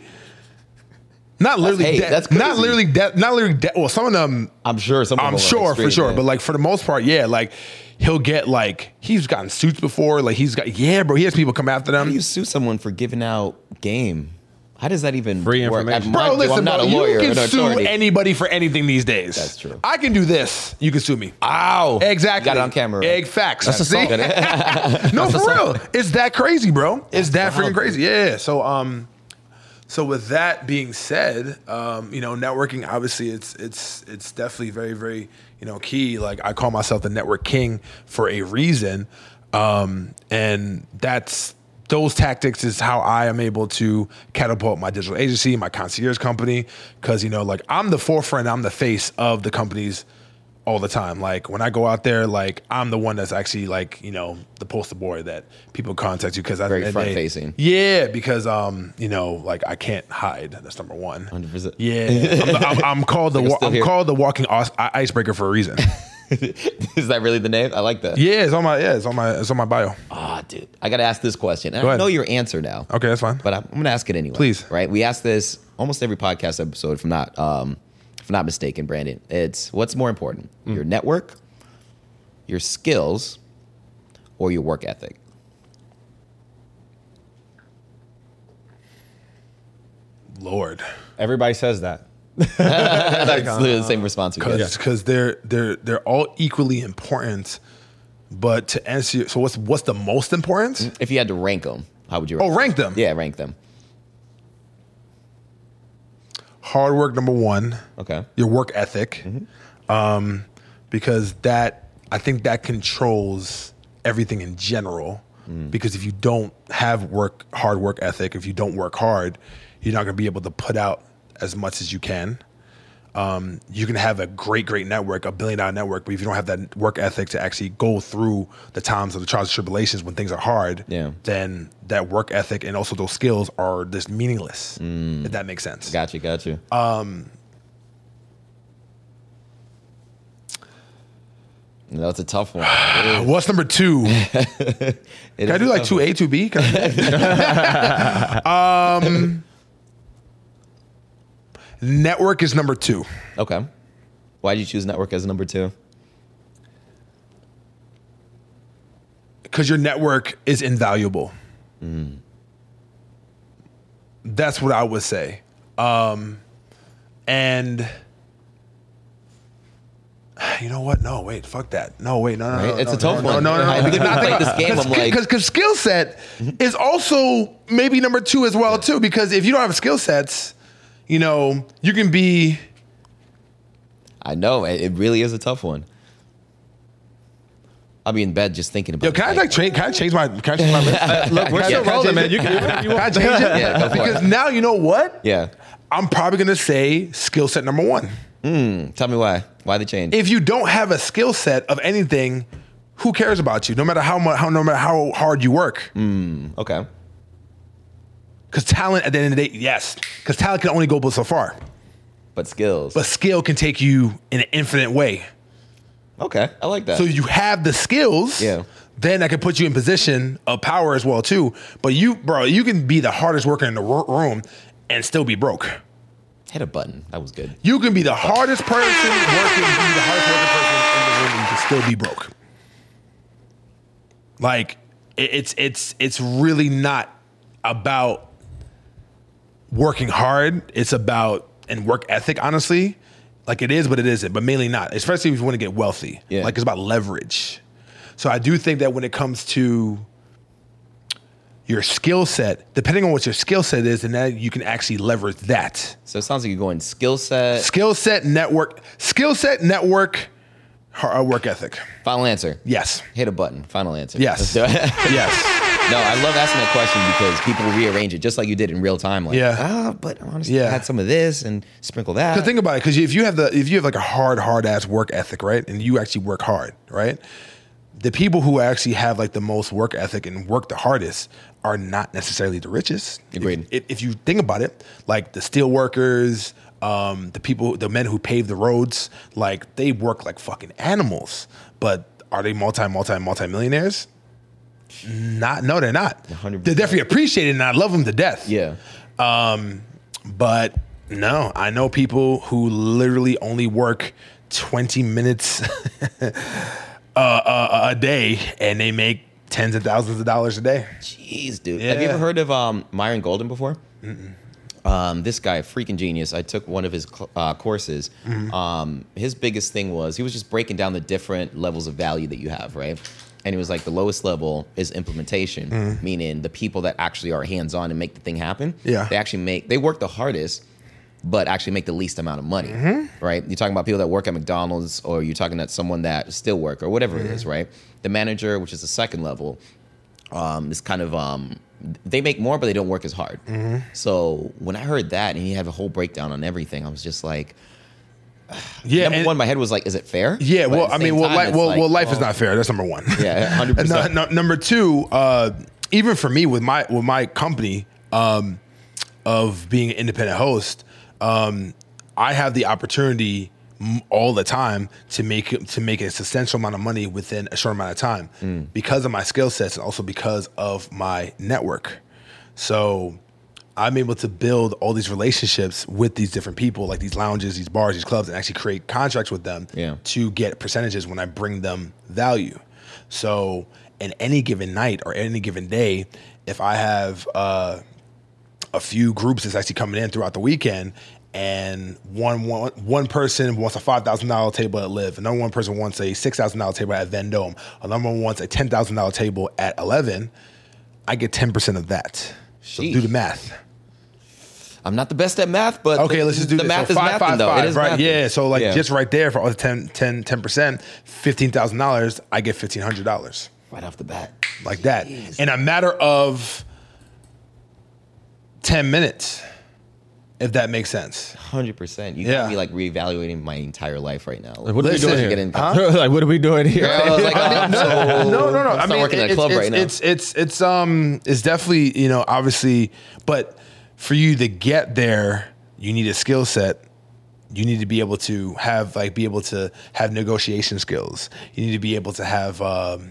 Not literally,
hate.
de-
That's
not
crazy.
literally, de- not literally. De- well, some of them,
I'm sure some. of them
I'm
are
sure for
extreme,
sure,
man.
but like for the most part, yeah, like he'll get like he's gotten suits before, like he's got yeah, bro. He has people come after
How do
them.
you sue someone for giving out game? How does that even
Free
work?
information.
I'm,
Bro,
mind you,
listen,
I'm not
bro,
a lawyer.
you
or
can
an
sue
attorney.
anybody for anything these days.
That's true.
I can do this. You can sue me.
Ow!
Exactly.
Oh, Got it on camera.
Egg facts. That's See? *laughs*
assault.
no, for real. It's that crazy, bro. It's that
wild,
freaking crazy. Yeah. So um so with that being said, um, you know, networking obviously it's it's it's definitely very, very, you know, key. Like I call myself the network king for a reason. Um, and that's those tactics is how I am able to catapult my digital agency, my concierge company, because you know, like I'm the forefront, I'm the face of the company's all the time. Like when I go out there, like I'm the one that's actually like you know the poster boy that people contact you because I
Very
and
front-facing.
Yeah, because um you know like I can't hide. That's number one.
100%.
Yeah,
*laughs*
I'm, the- I'm, I'm called the
Like I'm
wa-
still
I'm
here.
called the walking os- i- icebreaker for a
*laughs*
reason.
*laughs* Is that really the name? I like that.
yeah, it's on my yeah it's on my it's on my bio.
Ah, dude, I gotta ask this question. And I
ahead.
know your answer now.
Okay, that's fine.
but I'm, I'm gonna ask it anyway.
Please.
right? We ask this almost every podcast episode, if I'm not um, if I'm not mistaken, Brandon. It's what's more important,
Mm.
your network, your skills, or your work ethic.
Lord,
Everybody
*laughs*
says that.
That's literally the same response we get.
because they're they're they're all equally important. But to answer, your, so what's what's the most important?
If you had to rank them, how would you?
Oh, rank them.
Mm. Yeah, rank them.
Hard work number one.
Okay.
your work ethic,
Mm-hmm.
um, because that I think that controls everything in general.
Mm.
Because if you don't have work hard work ethic, if you don't work hard, you're not going to be able to put out as much as you can. Um, you can have a great, great network, a billion dollar network, but if you don't have that work ethic to actually go through the times of the trials and tribulations when things are hard,
Yeah.
then that work ethic and also those skills are just meaningless.
Mm.
If that makes sense.
Gotcha, gotcha.
Um,
no, it's a tough one. It is-
What's number two?
*sighs* it
Can I
is
do
a
like
tough
two
one.
A, two B? Can I do that? um, network is number two.
Okay. Why did you choose network as number two?
because your network is invaluable. That's what I would say. Um, and you know what? No, wait, fuck that. No, wait, no, no, no
Right? It's
no,
a tough
no,
one.
No, no, no.
I
no.
think if I played this game, I'm like-
because skill set is also maybe number two as well too. Because if you don't have skill sets, you know you can be
I know it, it really is a tough one. I'll be in bed just thinking about.
Yo, can I
it.
like tra- can I change my can I change my look?
we're still
rolling, man. You can do *laughs* whatever you
I
want.
change it
Yeah, go for
because
it.
now you know what
yeah.
I'm probably gonna say skill set number one.
Tell me why. Why the change?
If you don't have a skill set of anything, who cares about you? No matter how much, how no matter how hard you work,
okay.
because talent at the end of the day, yes, because talent can only go but so far,
But skills.
but skill can take you in an infinite way.
okay. I like that.
So you have the skills.
Yeah.
Then I can put you in position of power as well too. But you, bro, you can be the hardest worker in the ro- room and still be broke.
Hit a button. That was good.
You can be the hardest person working, you can be the hardest working person in the room, and you can still be broke. Like it- it's it's it's really not about working hard. It's about and work ethic, honestly. Like it is, but it isn't. But mainly not, especially if you want to get wealthy.
Yeah.
Like it's about leverage. So I do think that when it comes to your skill set, depending on what your skill set is, and that you can actually leverage that
So it sounds like you're going skill set.
skill set, network, skill set, network, har- uh, work ethic.
Final answer.
Yes,
Hit a button. Final answer.
yes,
Let's do it. *laughs*
yes.
No, I love asking that question because people rearrange it just like you did in real time. Like,
Yeah.
ah, but honestly,
Yeah.
I had some of this and sprinkle that.
But think about it, because if you have the if you have like a hard, hard ass work ethic, right, and you actually work hard, right, the people who actually have like the most work ethic and work the hardest are not necessarily the richest.
Agreed.
If, if you think about it, like the steel workers. Um, the people, the men who pave the roads, like they work like fucking animals. But are they multi, multi, multi millionaires? Not, no, they're not. they
100%.
are definitely appreciated, and I love them to death.
yeah.
Um, but no, I know people who literally only work 20 minutes *laughs* uh, uh, a day and they make tens of thousands of dollars a day.
Jeez, dude. Have you
Yeah.
ever heard of um, Myron Golden before? Um, this guy, freaking genius. I took one of his cl- uh, courses.
Mm-hmm.
Um, his biggest thing was he was just breaking down the different levels of value that you have, right? And it was like the lowest level is implementation,
Mm-hmm.
meaning the people that actually are hands on and make the thing happen.
Yeah.
They actually make, they work the hardest, but actually make the least amount of money,
Mm-hmm.
right? You're talking about people that work at McDonald's, or you're talking about someone that still work, or whatever
Mm-hmm.
it is, right? The manager, which is the second level, um, this kind of um, they make more, but they don't work as hard.
Mm-hmm.
So when I heard that, and he had a whole breakdown on everything, I was just like,
Yeah.
number
and-
one, my head was like, is it fair?
yeah.
But
Well,
at the
I mean,
same
well,
time,
li-
it's
well,
like,
well, life
well,
is not fair. That's number one. *laughs*
Yeah, hundred
And
percent.
no- no- number two, uh, even for me with my with my company um, of being an independent host, um, I have the opportunity m- all the time to make to make a substantial amount of money within a short amount of time
Mm.
because of my skill sets and also because of my network. So I'm able to build all these relationships with these different people, like these lounges, these bars, these clubs, and actually create contracts with them
Yeah.
to get percentages when I bring them value. So, in any given night or any given day, if I have uh, a few groups that's actually coming in throughout the weekend, and one one, one person wants a five thousand dollar table at Live, another one person wants a six thousand dollar table at Vendome, another one wants a ten thousand dollar table at Eleven, I get ten percent of that. So
Sheesh.
do the math.
I'm not the best at math, but
Okay,
the,
let's just do
the
this.
math
so
is math, though. it is
right?
mathing.
Yeah. So like
Yeah.
just right there for all the 10 10 percent, fifteen thousand dollars, I get fifteen hundred dollars
right off the bat.
like that in a matter of ten minutes, if that makes sense.
Hundred percent. You
Yeah.
got me like reevaluating my entire life right now.
What are
Listen,
we doing
get
here?
in- Huh?
*laughs* like, what are we doing here?
I *laughs* was like, I'm
*laughs*
so-
no, no, no.
I'm
I mean,
working at a
it's-
club
it's,
right now.
It's it's it's um it's definitely you know obviously, but for you to get there, you need a skill set. You need to be able to have like be able to have negotiation skills. You need to be able to have. Um,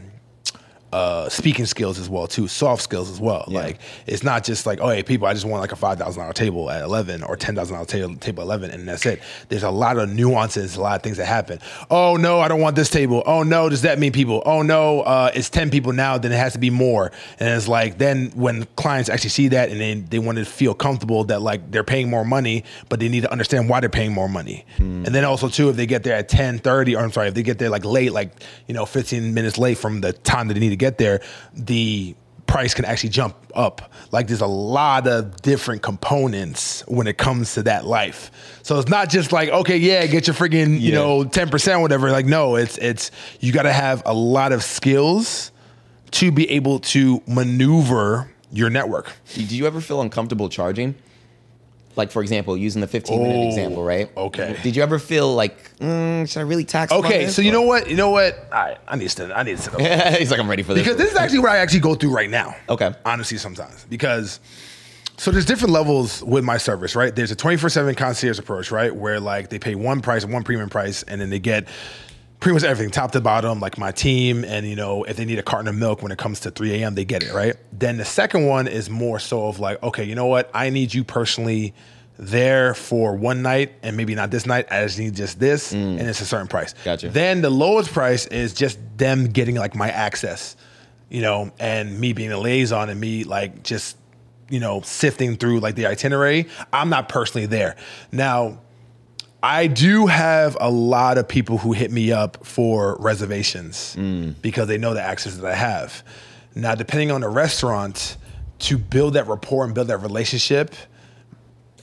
uh, speaking skills as well too, soft skills as well. Like it's not just like, oh hey people, I just want like a five thousand dollar table at eleven or ten thousand dollar table table at eleven, and that's it. There's a lot of nuances, a lot of things that happen. Oh no, I don't want this table. Oh no, does that mean people? Oh no, uh, it's ten people now, then it has to be more. And it's like then when clients actually see that and then they want to feel comfortable that like they're paying more money, but they need to understand why they're paying more money. And then also too, if they get there at 10, 30, or I'm sorry, if they get there like late, like, you know, 15 minutes late from the time that they need to get there, the price can actually jump up. Like there's a lot of different components when it comes to that life. So it's not just like, okay, yeah, get your freaking, you
Yeah.
know, 10% whatever. Like, no, it's it's you gotta have a lot of skills to be able to maneuver your network.
Did you ever feel uncomfortable charging? Like for example, using the 15 minute
Oh,
example, right?
okay.
Did you ever feel like, mm, should I really tax? them on
Okay,
this?
so you know what? You know what? I, I need to stand. I need to sit up
*laughs* He's like, I'm ready for this.
because this is actually what I actually go through right now.
Okay.
honestly, sometimes because so there's different levels with my service, right? There's a 24/7 concierge approach, right, where like they pay one price, one premium price, and then they get pretty much everything, top to bottom, like my team, and you know if they need a carton of milk when it comes to 3 a.m., they get it, right? Then the second one is more so of like, okay, you know what? I need you personally there for one night and maybe not this night. I just need just this, and it's a certain price.
Mm. Gotcha.
Then the lowest price is just them getting like my access, you know, and me being a liaison and me like just, you know, sifting through like the itinerary. I'm not personally there. Now, I do have a lot of people who hit me up for reservations because they know the access that I have. Now, depending on the restaurant, to build that rapport and build that relationship,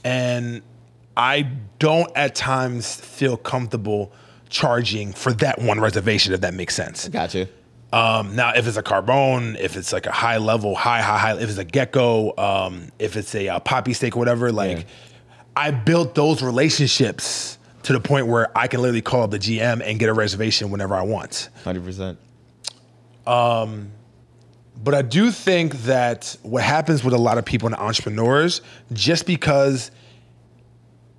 and I don't at times feel comfortable charging for that one reservation, if that makes sense.
Gotcha.
Um, now, if it's a carbone, if it's like a high level, high, high, high, if it's a gecko, um, if it's a, uh poppy steak or whatever, like
Yeah.
I built those relationships to the point where I can literally call up the GM and get a reservation whenever I want.
Hundred percent.
But I do think that what happens with a lot of people and entrepreneurs, just because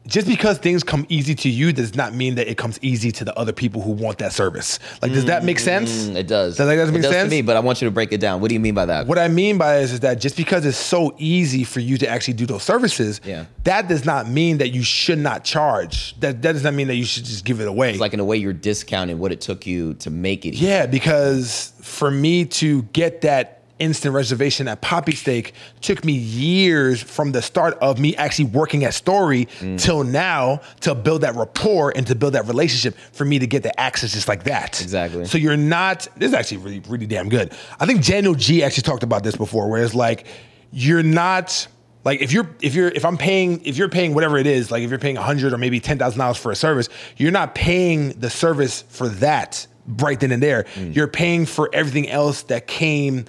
just because things come easy to you does not mean that it comes easy to the other people who want that service. Like, does that make sense?
Mm, It does.
Does that, does that
it
make
does
sense?
to me, but I want you to break it down. What do you mean by that?
What I mean by this is that just because it's so easy for you to actually do those services,
Yeah.
that does not mean that you should not charge. That that does not mean that you should just give it away.
It's like in a way you're discounting what it took you to make it.
yeah, because for me to get that instant reservation at Poppy Steak took me years from the start of me actually working at Story
Mm.
till now to build that rapport and to build that relationship for me to get the access just like that.
Exactly.
So you're not. This is actually really, really damn good. I think Daniel G actually talked about this before, where it's like you're not like if you're if you're if I'm paying if you're paying whatever it is, like if you're paying a hundred or maybe ten thousand dollars for a service, you're not paying the service for that right then and there.
Mm.
You're paying for everything else that came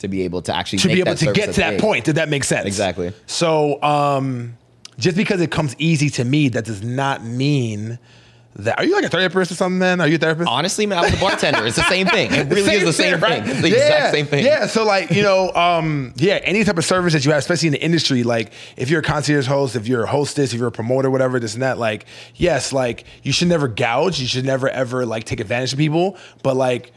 to be able to actually
to
make
be able
that
to
service
get
a
to that
thing.
point. Did that make sense?
Exactly.
So um, just because it comes easy to me, that does not mean that. Are you like a therapist or something? Then are you a therapist?
Honestly, man, I was a bartender. It's the same thing.
*laughs*
It really is the same thing. It's the exact same thing.
Yeah, so like, you know, um, yeah, any type of service that you have, especially in the industry, like if you're a concierge host, if you're a hostess, if you're a promoter, whatever, this and that, like, yes, like you should never gouge, you should never ever like take advantage of people, but like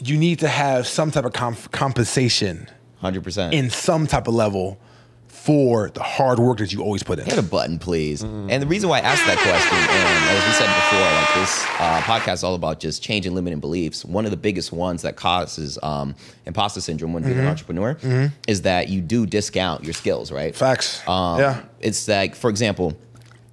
you need to have some type of comp- compensation
Hundred percent.
in some type of level for the hard work that you always put in.
Hit a button, please. And the reason why I asked that question, and as we said before, like this uh, podcast is all about just changing limiting beliefs. One of the biggest ones that causes um, imposter syndrome when being an entrepreneur is that you do discount your skills, right?
Facts.
Um,
yeah.
It's like, for example,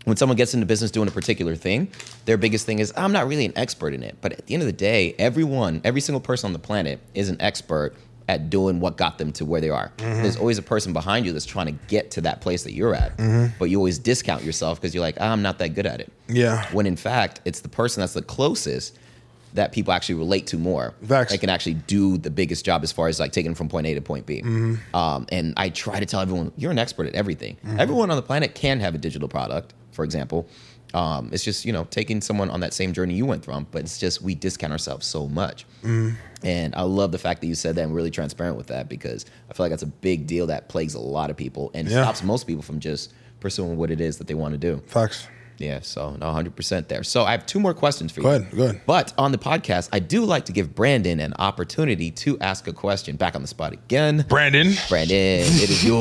when someone gets into business doing a particular thing, their biggest thing is, I'm not really an expert in it. But at the end of the day, everyone, every single person on the planet is an expert at doing what got them to where they are. There's always a person behind you that's trying to get to that place that you're at. But you always discount yourself because you're like, I'm not that good at it.
Yeah.
When in fact, it's the person that's the closest that people actually relate to more.
Facts.
They can actually do the biggest job as far as like taking them from point A to point B.
Mm-hmm.
Um, and I try to tell everyone, you're an expert at everything. Everyone on the planet can have a digital product, for example. Um, it's just, you know, taking someone on that same journey you went from, but it's just we discount ourselves so much.
Mm-hmm.
And I love the fact that you said that and really transparent with that because I feel like that's a big deal that plagues a lot of people and
Yeah.
stops most people from just pursuing what it is that they want to do.
Facts.
Yeah, so no, 100% there. So I have two more questions for you.
Go ahead, go ahead.
But on the podcast, I do like to give Brandon an opportunity to ask a question. Back on the spot again.
Brandon.
Brandon, it
*laughs*
is you.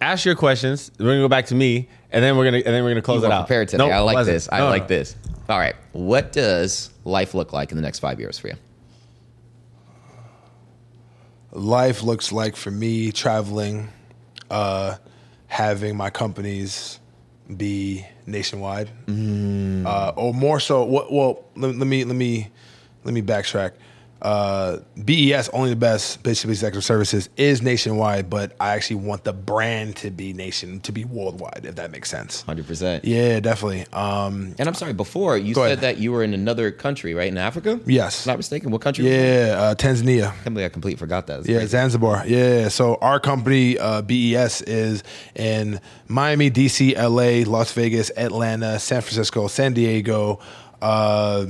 Ask your questions. We're gonna go back to me, and then we're gonna and then we're gonna close
I'm
it out.
prepared today.
Nope,
I like
wasn't. Uh-huh.
this. I
No, no,
like
no.
this. All right. What does life look like in the next five years for you?
life looks like for me traveling, uh, having my companies be nationwide, uh, or more so. What, well, let, let me let me let me backtrack. Uh, BES only the best basically executive services is nationwide, but I actually want the brand to be nation to be worldwide, if that makes sense.
100%.
Yeah, definitely. Um,
And I'm sorry, before you
Go
said
ahead.
that you were in another country, right? In Africa?
Yes.
If I'm not mistaken. What country?
yeah, uh, Tanzania.
I can't believe I completely forgot that. That's
Yeah,
crazy.
Zanzibar. Yeah. So our company, uh, BES, is in Miami, DC, LA, Las Vegas, Atlanta, San Francisco, San Diego. Uh,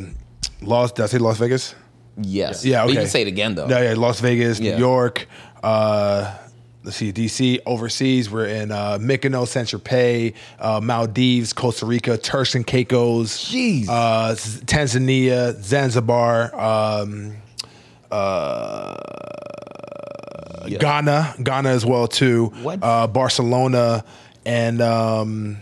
Las, did I say Las Vegas?
Yes.
Yeah,
But you
okay.
can say it again, though.
No, yeah, Las Vegas,
Yeah.
New York. Uh, let's see, DC, overseas. We're in uh, Mykonos, Saint Tropez, uh, Maldives, Costa Rica, Turks and Caicos,
Jeez.
Uh, Z- Tanzania, Zanzibar. Um, uh, Ghana, Ghana as well too.
What?
Uh, Barcelona and um,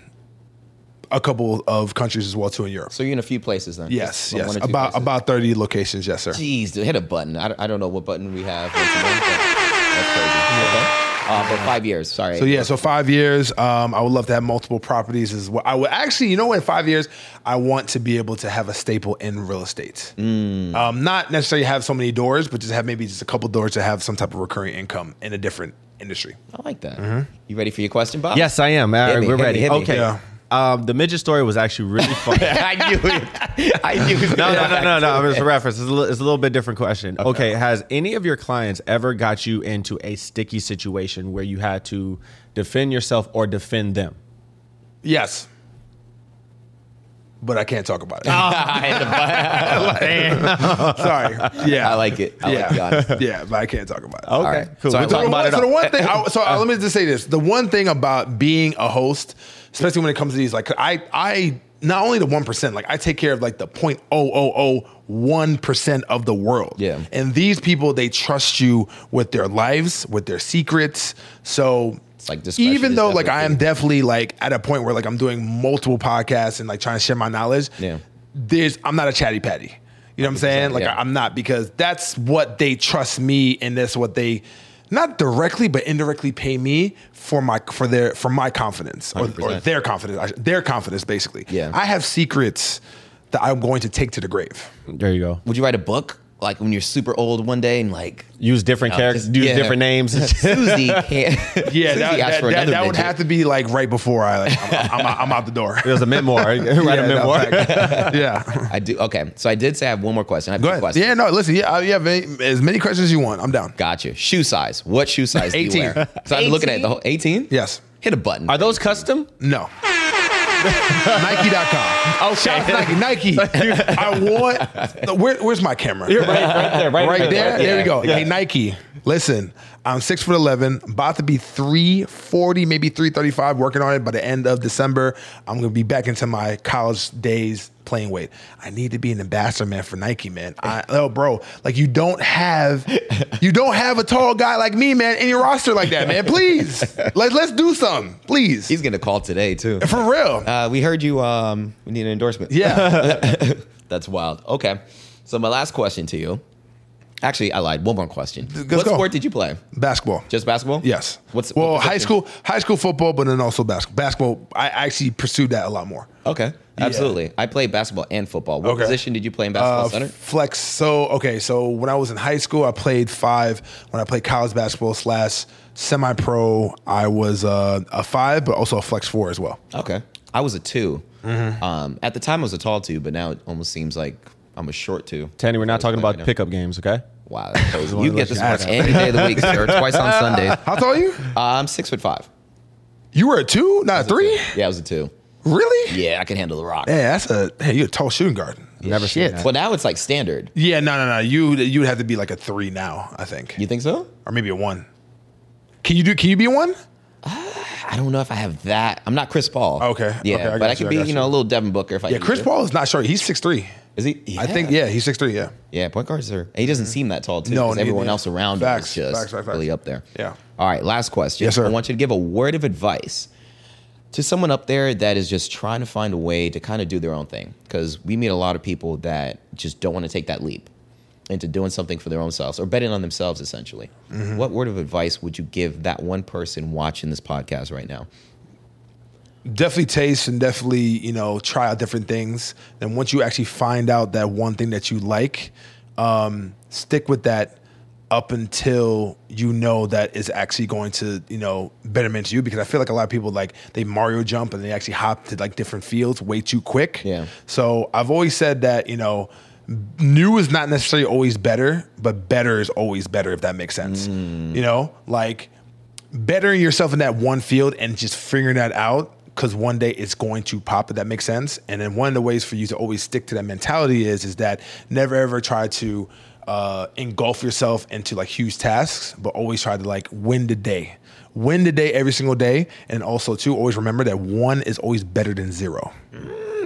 a couple of countries as well too in Europe.
So you're in a few places then?
yes,
Just one
yes,
or two
about
places.
about thirty locations. Yes, sir.
Jeez, dude, hit a button. I, I don't know what button we have. That's crazy. Okay. uh, but five years. Sorry.
So yeah, so five years. Um, I would love to have multiple properties as well. I would actually, you know, what, in five years, I want to be able to have a staple in real estate.
Mm.
Um, not necessarily have so many doors, but just have maybe just a couple doors to have some type of recurring income in a different industry.
I like that.
Mm-hmm.
You ready for your question, Bob?
Yes, I am. All
Hit
right,
me,
we're
hit me,
ready.
hit me.
okay.
Yeah.
Um, the midget story was actually
*laughs*
really fun.
I knew it. I knew. it.
*laughs* No, no, no, no, no. It was a reference. It's a, little, it's a little bit different question. Okay. Has any of your clients ever got you into a sticky situation where you had to defend yourself or defend them?
Yes, but I can't talk about it.
*laughs* I had to buy-
*laughs* Sorry.
*laughs*
Yeah,
I like it. I like the honesty.
yeah, but I can't talk about it.
Okay.
right.
Cool.
So I
we'll
So
talk
the,
about
one,
it.
so the
all-
one thing, I, so I, let me just say this: the one thing about being a host, especially when it comes to these, like I, I not only the one percent, like I take care of like the point oh oh oh one percent of the world.
Yeah.
and these people they trust you with their lives, with their secrets. So.
It's like discretion
even
is
though like
definitely
I am
key.
definitely like at a point where like I'm doing multiple podcasts and like trying to share my knowledge,
Yeah.
there's I'm not a chatty patty. You know what I'm saying? Like
yeah.
I- I'm not because that's what they trust me and that's what they not directly but indirectly pay me for my for their for my confidence or, or
100%.
their confidence I should- their confidence basically
Yeah.
i have secrets that i'm going to take to the grave
There you go.
Would you write a book like when you're super old one day and like
Use different characters. Use
yeah.
different *laughs* names.
*laughs*
Susie can't?
yeah
*laughs* Susie
that,
asked
that,
for
that,
another
that would
midget.
have to be like right before i like, I'm, I'm, I'm, out the *laughs* door
It was a memoir. Write a
*laughs* yeah, no,
memoir.
fact. *laughs* yeah
I do. Okay, so I did say I have one more question. I have
go
two
ahead
questions.
yeah no listen yeah I- yeah man, as many questions as you want i'm down
Gotcha. Shoe size. What shoe size do you
18.
wear? So I'm looking at the whole 18.
yes Oh,
Hit a button.
Are those custom?
*laughs* No. Nike.com. Oh,
*laughs*
shout out to Nike. Nike. *laughs* I want. Where, where's my camera?
*laughs* right there. Right,
Right there. There we go.
Yeah.
Hey, Nike. Listen, I'm six foot eleven, about to be three forty, maybe three thirty five. Working on it by the end of December. I'm gonna be back into my college days playing weight. I need to be an ambassador, man, for Nike, man. I, oh, bro, like you don't have, you don't have a tall guy like me, man, in your roster like that, man. Please, let's let's do something, please.
He's gonna call today too.
for real.
Uh, we heard you. Um, we need an endorsement.
Yeah.
That's wild. Okay. So my last question to you. Actually, I lied. One more question. what
go.
sport did you play?
basketball.
Just basketball?
yes.
What's
well,
what's-
high school, high school football, but then also basketball. Basketball, I actually pursued that a lot more.
Okay. Absolutely. I played basketball and football. What
Okay.
position did you play in basketball
Uh,
center?
flex. So okay. So when I was in high school, I played five. When I played college basketball slash semi-pro, I was uh, a five, but also a flex four as well.
Okay. I was a 2
Mm-hmm.
Um, at the time, I was a tall two, but now it almost seems like I'm a short two.
Tanny, we're not talking
Right
about
now.
pickup games, okay?
*laughs*
Wow. That's crazy. you get this
That's
one any day of the
*laughs*
week, sir. Twice on Sundays. Uh,
How tall *laughs* are you?
I'm six foot five.
You were a two, not a three.
Yeah, I was a two.
Really?
Yeah, I can handle the rock.
Yeah, that's a hey. You're a tall shooting guard.
Never seen that.
Well, now it's like standard.
Yeah, no, no, no. You you would have to be like a three now, I think,
You think so?
or maybe a one. Can you do? Can you be a one?
I don't know if I have that. I'm not Chris Paul.
Okay.
Yeah,
Okay, I
but
got
I could
you, I
be,
got
you know,
you.
a little Devin Booker if I.
Yeah,
need
Chris
to.
Paul is not short. He's six three.
Is he?
I think yeah, he's six three. Yeah.
Yeah, point guards are. He doesn't seem that tall too.
No,
No,
neither.
everyone else around
Facts,
him is just
facts, facts, facts.
really up there.
Yeah.
All right, last question.
Yes, sir.
I want you to give a word of advice to someone up there that is just trying to find a way to kind of do their own thing because we meet a lot of people that just don't want to take that leap into doing something for their own selves or betting on themselves essentially.
Mm-hmm.
What word of advice would you give that one person watching this podcast right now?
Definitely taste and definitely you know try out different things. And once you actually find out that one thing that you like, um, stick with that up until you know that is actually going to you know betterment you. Because I feel like a lot of people like they Mario jump and they actually hop to like different fields way too quick.
Yeah.
So I've always said that you know. New is not necessarily always better, but better is always better if that makes sense. You know, like bettering yourself in that one field and just figuring that out because one day it's going to pop if that makes sense and then one of the ways for you to always stick to that mentality is is that never ever try to uh, engulf yourself into like huge tasks but always try to like win the day win the day every single day and also too always remember that one is always better than zero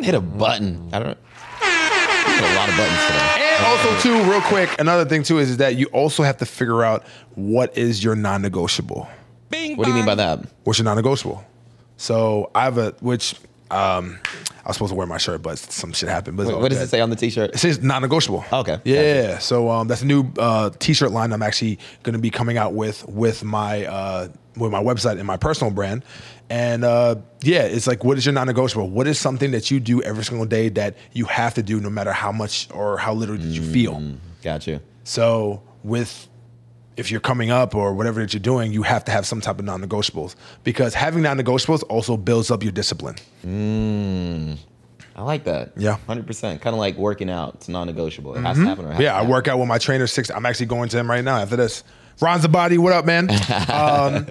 Hit a button. I don't. I hit a lot of buttons today.
and also too real quick another thing too is, is that you also have to figure out what is your non-negotiable
What do you mean by that?
what's your non-negotiable? So I have a which um, I was supposed to wear my shirt, but some shit happened. But it's all
What does
good.
it say on the t-shirt?
It says non-negotiable.
Okay.
Yeah. So um, that's a new uh, T-shirt line I'm actually going to be coming out with with my uh, with my website and my personal brand. And uh, yeah, it's like, what is your non-negotiable? What is something that you do every single day that you have to do, no matter how much or how little that you
Mm.
feel?
Gotcha.
So with if you're coming up or whatever that you're doing, you have to have some type of non-negotiables because having non-negotiables also builds up your discipline.
I like that.
Yeah. Mm-hmm.
hundred percent. Kind of like working out. It's non-negotiable. It has to happen. Or it has
Yeah, I
to
work out with my trainer six. I'm actually going to him right now after this. Ron Zabadi, what up, *laughs* man? um,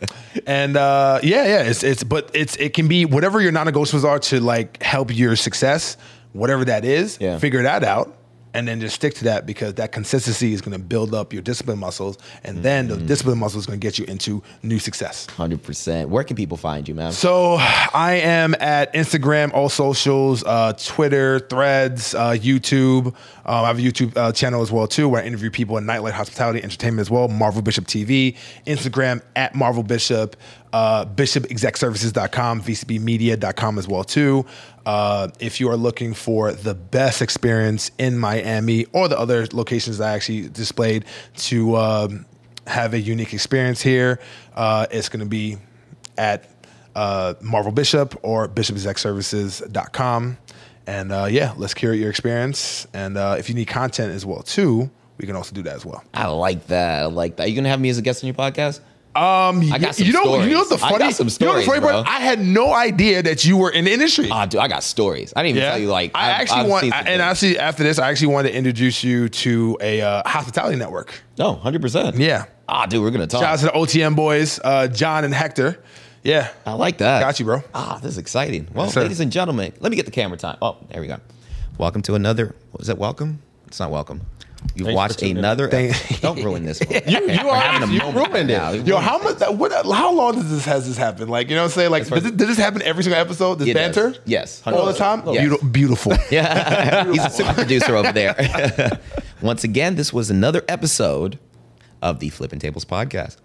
and uh, yeah, yeah, it's it's but it's it can be whatever your non-negotiables are to like help your success, whatever that is.
Yeah.
Figure that out, and then just stick to that because that consistency is going to build up your discipline muscles, and then the discipline muscles is going to get you into new success.
Hundred percent. Where can people find you, man?
So I am at Instagram, all socials, uh, Twitter, Threads, uh, YouTube. Um, I have a YouTube uh, channel as well too, where I interview people in nightlife, hospitality, entertainment as well. Marvel Bishop TV, Instagram at Marvel Bishop, uh, BishopExecServices.com, VCBMedia.com as well too. Uh, if you are looking for the best experience in Miami or the other locations that I actually displayed to um, have a unique experience here, uh, it's going to be at uh, Marvel Bishop or bishopexecservices.com. And uh, yeah, let's curate your experience. And uh, if you need content as well too, we can also do that as well.
I like that. I like that. Are you gonna have me as a guest on your podcast?
Um,
I got some
you know, you know
stories.
the
I
funny,
got some
you know the
stories,
funny
bro.
part. I had no idea that you were in the industry.
Ah, dude, I got stories. I didn't even tell you. Like,
I
I've-
actually
I've
want,
seen some
I- and
things.
actually after this, I actually wanted to introduce you to a uh, hospitality network.
No, hundred percent.
Yeah,
Ah, dude, we're gonna talk.
shout out to the OTM boys, uh, John and Hector. Yeah,
I like that.
Got you, bro.
Ah, this is exciting. Well,
Yes, sir.
ladies and gentlemen, let me get the camera time. Oh, there we go. Welcome to another. Was that welcome? It's not welcome. You've
Thanks
watched
for tuning in.
another.
Thank-
Don't ruin this one.
*laughs* You, you are
having a
you
moment
ruined it.
now. You
Yo,
ruined
how much? That, what? How long does this has this happen? Like, you know what I'm saying? Like,
far
does, it, does this happen every single episode? This
It does.
banter?
Yes.
all the
100%.
time.
Yes.
Beauti- Beautiful.
Yeah, he's a super producer over *laughs* there. Once again, this was another episode of the Flipping Tables podcast.